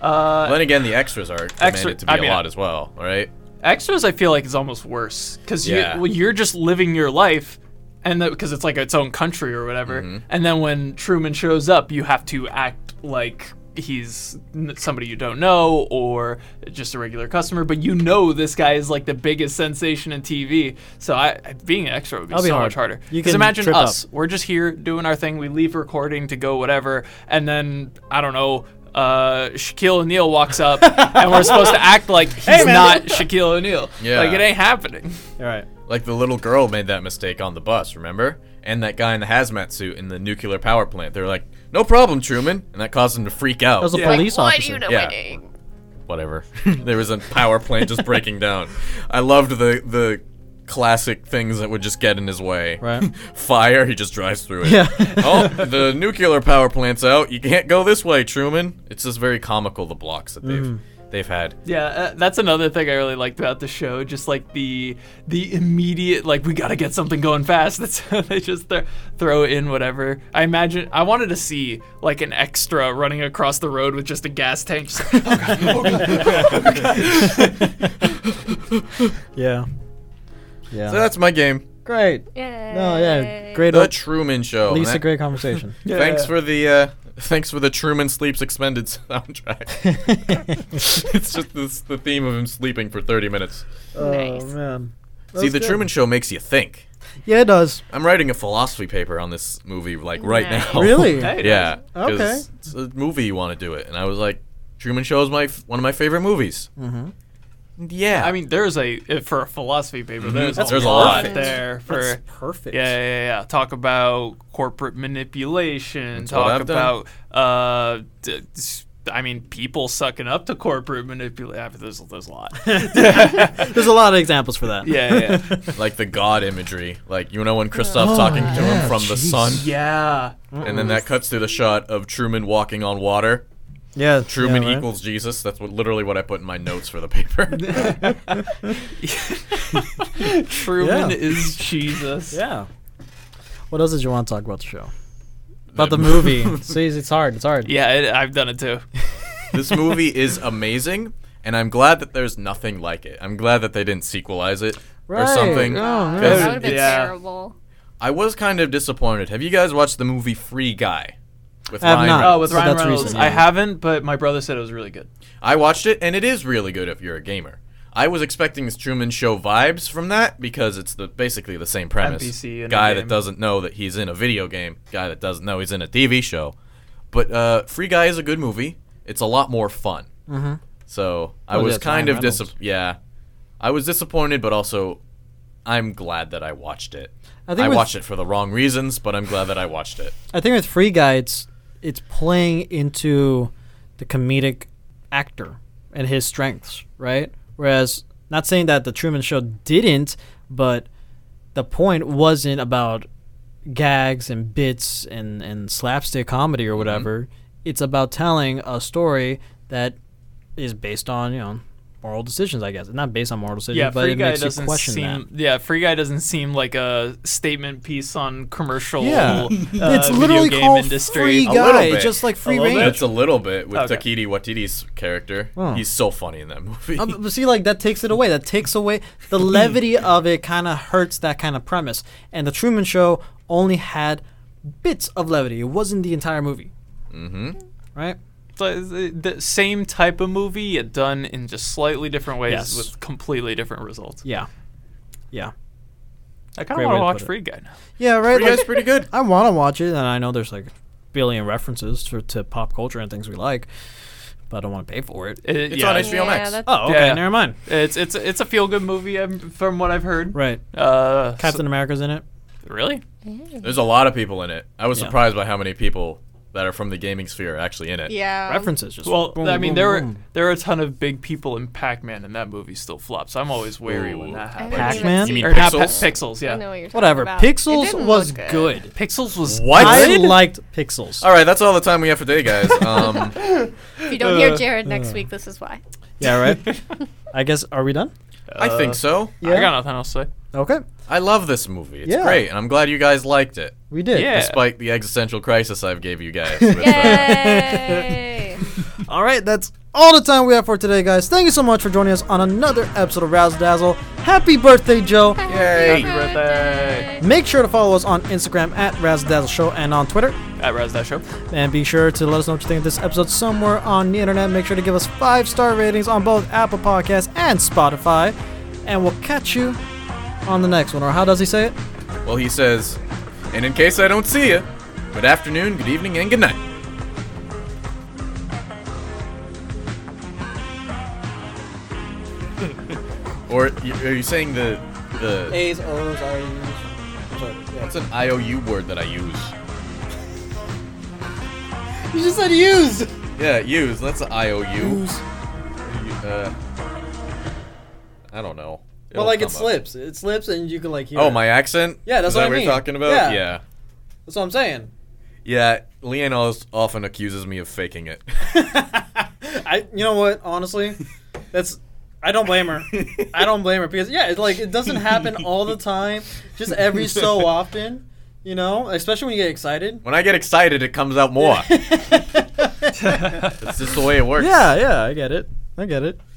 [SPEAKER 1] Uh,
[SPEAKER 3] then again, the extras are demanded
[SPEAKER 1] Extra-
[SPEAKER 3] to be
[SPEAKER 1] I
[SPEAKER 3] a
[SPEAKER 1] mean,
[SPEAKER 3] lot as well, right?
[SPEAKER 1] extras, I feel like is almost worse because
[SPEAKER 3] Yeah.
[SPEAKER 1] you well, you're just living your life. And because it's like its own country or whatever, and then when Truman shows up, you have to act like he's n- somebody you don't know or just a regular customer, but you know this guy is like the biggest sensation in TV. So I, I- being an extra would be
[SPEAKER 2] That'll be
[SPEAKER 1] so
[SPEAKER 2] hard.
[SPEAKER 1] much harder.
[SPEAKER 2] You
[SPEAKER 1] Because
[SPEAKER 2] can
[SPEAKER 1] imagine
[SPEAKER 2] trip
[SPEAKER 1] us,
[SPEAKER 2] up.
[SPEAKER 1] we're just here doing our thing. We leave recording to go whatever, and then I don't know. Uh, Shaquille O'Neal walks (laughs) up, and we're supposed to act like he's
[SPEAKER 2] man.
[SPEAKER 1] not Shaquille O'Neal.
[SPEAKER 3] Yeah.
[SPEAKER 1] Like it ain't happening.
[SPEAKER 2] All right.
[SPEAKER 3] Like the little girl made that mistake on the bus, remember? And that guy in the hazmat suit in the nuclear power plant. They were like, "No problem, Truman," and that caused him to freak out.
[SPEAKER 2] That was a
[SPEAKER 1] Yeah.
[SPEAKER 2] police
[SPEAKER 4] What are
[SPEAKER 2] officer.
[SPEAKER 4] you
[SPEAKER 3] Yeah.
[SPEAKER 4] doing?
[SPEAKER 3] Whatever. (laughs) there was a power plant just breaking down. I loved the the classic things that would just get in his way.
[SPEAKER 2] Right.
[SPEAKER 3] (laughs) Fire, he just drives through it.
[SPEAKER 2] Yeah.
[SPEAKER 3] (laughs) oh, the nuclear power plant's out. You can't go this way, Truman. It's just very comical the blocks that they've
[SPEAKER 2] Mm.
[SPEAKER 3] they've had. (laughs)
[SPEAKER 1] Yeah, uh, that's another thing I really liked about the show. Just like the the immediate, like we gotta get something going fast. (laughs) That's how they just th- throw in whatever. I imagine I wanted to see like an extra running across the road with just a gas
[SPEAKER 3] (laughs)
[SPEAKER 1] tank. Just like, "Oh, God, oh, God."
[SPEAKER 2] Yeah. Yeah.
[SPEAKER 3] So that's my game.
[SPEAKER 2] great.
[SPEAKER 4] Yeah.
[SPEAKER 2] No, Oh, yeah. Great.
[SPEAKER 3] The Truman Show.
[SPEAKER 2] at
[SPEAKER 3] And
[SPEAKER 2] least
[SPEAKER 3] that-
[SPEAKER 2] a great (laughs) conversation.
[SPEAKER 1] Yeah.
[SPEAKER 3] Thanks for the uh, thanks for the Truman sleeps
[SPEAKER 2] (laughs)
[SPEAKER 3] expended (laughs) soundtrack. (laughs) it's just this, the theme of him sleeping for 30 minutes.
[SPEAKER 2] Oh
[SPEAKER 4] Nice.
[SPEAKER 2] man.
[SPEAKER 3] See, the Truman Show makes you think.
[SPEAKER 2] Yeah, it does.
[SPEAKER 3] I'm writing a philosophy paper on this movie like right
[SPEAKER 4] Nice.
[SPEAKER 3] now. (laughs)
[SPEAKER 2] Really?
[SPEAKER 1] Hey,
[SPEAKER 3] Yeah.
[SPEAKER 2] Okay.
[SPEAKER 3] 'cause It's a movie you want to do it, and I was like, Truman Show is my f- one of my favorite movies.
[SPEAKER 2] Mm.
[SPEAKER 3] Mm-hmm. Yeah.
[SPEAKER 1] I mean, there's a uh, for a philosophy paper. There's,
[SPEAKER 3] Mm-hmm. That's There's
[SPEAKER 1] a
[SPEAKER 3] a
[SPEAKER 1] lot
[SPEAKER 3] lot.
[SPEAKER 1] there for.
[SPEAKER 2] That's perfect.
[SPEAKER 1] Yeah, yeah, yeah. Talk about corporate manipulation.
[SPEAKER 3] what
[SPEAKER 1] talk
[SPEAKER 3] I've done.
[SPEAKER 1] about, uh, d- s- I mean, people sucking up to corporate manipulation. there's, there's a lot. yeah,
[SPEAKER 2] There's a lot of examples for that.
[SPEAKER 1] yeah, yeah.
[SPEAKER 3] like the God imagery, like you know when Kristoff's talking to him
[SPEAKER 2] Oh, yeah,
[SPEAKER 3] from the
[SPEAKER 2] jeez.
[SPEAKER 3] sun,
[SPEAKER 1] yeah.
[SPEAKER 3] and then that cuts to the shot of Truman walking on water.
[SPEAKER 2] (laughs) Yeah.
[SPEAKER 3] Truman
[SPEAKER 2] yeah, right?
[SPEAKER 3] equals Jesus. That's what literally what I put in my notes for
[SPEAKER 2] (laughs)
[SPEAKER 3] the paper. (laughs)
[SPEAKER 1] (laughs) Truman
[SPEAKER 2] Yeah.
[SPEAKER 1] is Jesus.
[SPEAKER 2] Yeah. What else did you want to talk about the show? About the movie. See, it's hard. It's hard.
[SPEAKER 1] Yeah, it, I've done it too.
[SPEAKER 3] this movie is amazing, and I'm glad that there's nothing like it. I'm glad that they didn't sequelize it or
[SPEAKER 2] Right.
[SPEAKER 3] something.
[SPEAKER 2] Oh, man.
[SPEAKER 3] 'cause
[SPEAKER 4] That would have been
[SPEAKER 1] Yeah.
[SPEAKER 4] terrible.
[SPEAKER 3] I was kind of disappointed. Have you guys watched the movie Free Guy? With
[SPEAKER 2] I have
[SPEAKER 3] Ryan
[SPEAKER 2] not.
[SPEAKER 1] Oh,
[SPEAKER 3] Reynolds?
[SPEAKER 1] with
[SPEAKER 2] So
[SPEAKER 1] Ryan
[SPEAKER 2] that's
[SPEAKER 1] Reynolds.
[SPEAKER 2] recent,
[SPEAKER 1] I
[SPEAKER 2] yeah.
[SPEAKER 1] haven't, but my brother said it was really good.
[SPEAKER 3] I watched it, and it is really good if you're a gamer. I was expecting this Truman Show vibes from that because it's the basically the same premise.
[SPEAKER 1] NPC in a
[SPEAKER 3] guy
[SPEAKER 1] game.
[SPEAKER 3] that doesn't know that he's in a video game. Guy that doesn't know he's in a TV show. But uh, Free Guy is a good movie. It's a lot more fun. Mm-hmm. So I
[SPEAKER 2] Oh,
[SPEAKER 3] was
[SPEAKER 2] yeah, it's
[SPEAKER 3] kind
[SPEAKER 2] Ryan
[SPEAKER 3] of
[SPEAKER 2] Reynolds.
[SPEAKER 3] disappointed. Yeah, I was disappointed, but also I'm glad that I watched it.
[SPEAKER 2] I
[SPEAKER 3] I,
[SPEAKER 2] think with-
[SPEAKER 3] watched it for the wrong reasons, but I'm glad that I watched it.
[SPEAKER 2] I think with Free Guy, it's it's playing into the comedic actor and his strengths, right? Whereas, not saying that the Truman Show didn't, but the point wasn't about gags and bits and and slapstick comedy
[SPEAKER 1] Mm-hmm.
[SPEAKER 2] or whatever. It's about telling a story that is based on you know moral decisions, I guess. Not based on moral decisions,
[SPEAKER 1] Yeah,
[SPEAKER 2] but
[SPEAKER 1] Free
[SPEAKER 2] it
[SPEAKER 1] Guy
[SPEAKER 2] makes you
[SPEAKER 1] doesn't
[SPEAKER 2] question that.
[SPEAKER 1] seem. Yeah, Free Guy doesn't seem like a statement piece on commercial. (laughs)
[SPEAKER 2] Yeah.
[SPEAKER 1] uh,
[SPEAKER 2] It's
[SPEAKER 1] video
[SPEAKER 2] literally
[SPEAKER 1] game
[SPEAKER 2] called
[SPEAKER 1] industry.
[SPEAKER 2] Free
[SPEAKER 3] A
[SPEAKER 2] Guy,
[SPEAKER 3] little bit.
[SPEAKER 2] just like Free
[SPEAKER 1] A little bit.
[SPEAKER 2] Range.
[SPEAKER 3] It's a little bit with
[SPEAKER 1] Okay.
[SPEAKER 3] Takiti Watiti's character.
[SPEAKER 2] Oh.
[SPEAKER 3] He's so funny in that (laughs) movie.
[SPEAKER 2] Uh, but see, like that takes it away. That takes away
[SPEAKER 1] (clears throat)
[SPEAKER 2] the levity of it. Kind of hurts that kind of premise. And the Truman Show only had bits of levity. It wasn't the entire movie. Mm-hmm. Right.
[SPEAKER 1] the, uh, the the same type of movie yet done in just slightly different ways
[SPEAKER 2] Yes.
[SPEAKER 1] with completely different results.
[SPEAKER 2] Yeah. Yeah.
[SPEAKER 1] I kind
[SPEAKER 2] Great
[SPEAKER 1] of want
[SPEAKER 2] way to
[SPEAKER 1] to watch
[SPEAKER 2] put it.
[SPEAKER 1] Free Guy now. Uh,
[SPEAKER 2] Yeah, right.
[SPEAKER 3] Free Guy's pretty good.
[SPEAKER 2] (laughs) I want to watch it, and I know there's like a billion references to, to pop culture and things we like, but I don't want to pay for it.
[SPEAKER 1] It-
[SPEAKER 3] It's
[SPEAKER 1] yeah,
[SPEAKER 3] on
[SPEAKER 1] it's,
[SPEAKER 3] HBO Max.
[SPEAKER 4] that's-
[SPEAKER 2] Oh, okay.
[SPEAKER 1] Yeah.
[SPEAKER 2] Never mind.
[SPEAKER 1] it's it's it's a feel good movie um, from what I've heard.
[SPEAKER 2] Right.
[SPEAKER 1] Uh, so-
[SPEAKER 2] Captain America's in it.
[SPEAKER 1] really?
[SPEAKER 3] There's a lot of people in it. I was
[SPEAKER 2] Yeah.
[SPEAKER 3] surprised by how many people that are from the gaming sphere are actually in it.
[SPEAKER 4] yeah.
[SPEAKER 2] References just.
[SPEAKER 1] Well,
[SPEAKER 2] boom,
[SPEAKER 1] I mean,
[SPEAKER 2] boom,
[SPEAKER 1] there were
[SPEAKER 2] boom.
[SPEAKER 1] there were a ton of big people in Pac Man, and that movie still flops. I'm always wary when
[SPEAKER 3] Ooh.
[SPEAKER 1] that
[SPEAKER 4] I
[SPEAKER 1] happens.
[SPEAKER 4] haven't even
[SPEAKER 2] Pac-Man?
[SPEAKER 4] seen
[SPEAKER 3] You mean
[SPEAKER 4] it.
[SPEAKER 1] or not pa-
[SPEAKER 3] Pixels?
[SPEAKER 1] Pixels,
[SPEAKER 4] I
[SPEAKER 1] yeah.
[SPEAKER 4] know what you're talking
[SPEAKER 2] Whatever.
[SPEAKER 4] about. It
[SPEAKER 2] Pixels
[SPEAKER 4] didn't
[SPEAKER 2] was
[SPEAKER 4] look
[SPEAKER 2] good.
[SPEAKER 1] Pixels was
[SPEAKER 3] What?
[SPEAKER 2] I
[SPEAKER 3] Good?
[SPEAKER 2] liked Pixels.
[SPEAKER 3] All right, that's all the time we have for today, guys. Um,
[SPEAKER 4] If you don't hear Jared next
[SPEAKER 2] Uh.
[SPEAKER 4] week, this
[SPEAKER 2] (laughs)
[SPEAKER 4] is why.
[SPEAKER 2] Yeah, (laughs) right. I guess are we done?
[SPEAKER 3] I think so.
[SPEAKER 1] I got nothing else to say.
[SPEAKER 2] Okay,
[SPEAKER 3] I love this movie. It's
[SPEAKER 2] Yeah.
[SPEAKER 3] great, and I'm glad you guys liked it,
[SPEAKER 2] we did.
[SPEAKER 1] Yeah.
[SPEAKER 3] despite the existential crisis I've gave you guys. with, uh, (laughs)
[SPEAKER 4] Yay!
[SPEAKER 2] All right, that's all the time we have for today, guys. Thank you so much for joining us on another episode of Razzle Dazzle. Happy birthday, Joe!
[SPEAKER 3] Yay.
[SPEAKER 1] birthday.
[SPEAKER 2] Make sure to follow us on Instagram at Razzle Dazzle Show and on Twitter.
[SPEAKER 1] At Raz Dash Show.
[SPEAKER 2] And be sure to let us know what you think of this episode somewhere on the internet. Make sure to give us five star ratings on both Apple Podcasts and Spotify. And we'll catch you on the next one. Or how does he say it?
[SPEAKER 3] Well, he says, and in case I don't see you, good afternoon, good evening, and good night. or y- are you saying the the
[SPEAKER 2] A's, O's, I's.
[SPEAKER 3] what's an IOU word that I use?
[SPEAKER 2] You just said use!
[SPEAKER 3] Yeah, use. That's an IOU. Uh, I don't know. It'll come up.
[SPEAKER 2] It slips and you can like hear
[SPEAKER 3] Oh, my accent.
[SPEAKER 2] Yeah, that's
[SPEAKER 3] Is
[SPEAKER 2] what
[SPEAKER 3] that
[SPEAKER 2] I
[SPEAKER 3] what
[SPEAKER 2] mean.
[SPEAKER 3] you're talking about.
[SPEAKER 2] Yeah.
[SPEAKER 3] yeah.
[SPEAKER 2] That's what I'm saying. (laughs)
[SPEAKER 3] Yeah, Leanne always often accuses me of faking it. (laughs)
[SPEAKER 2] I, you know what? Honestly, that's I don't blame her. I don't blame her because yeah, it's like it doesn't happen all the time, just every so often. You know, especially when you get excited.
[SPEAKER 3] when I get excited, it comes
[SPEAKER 2] (laughs)
[SPEAKER 3] out more.
[SPEAKER 2] yeah,
[SPEAKER 3] It's just the way it works.
[SPEAKER 2] yeah, I get it. I get it.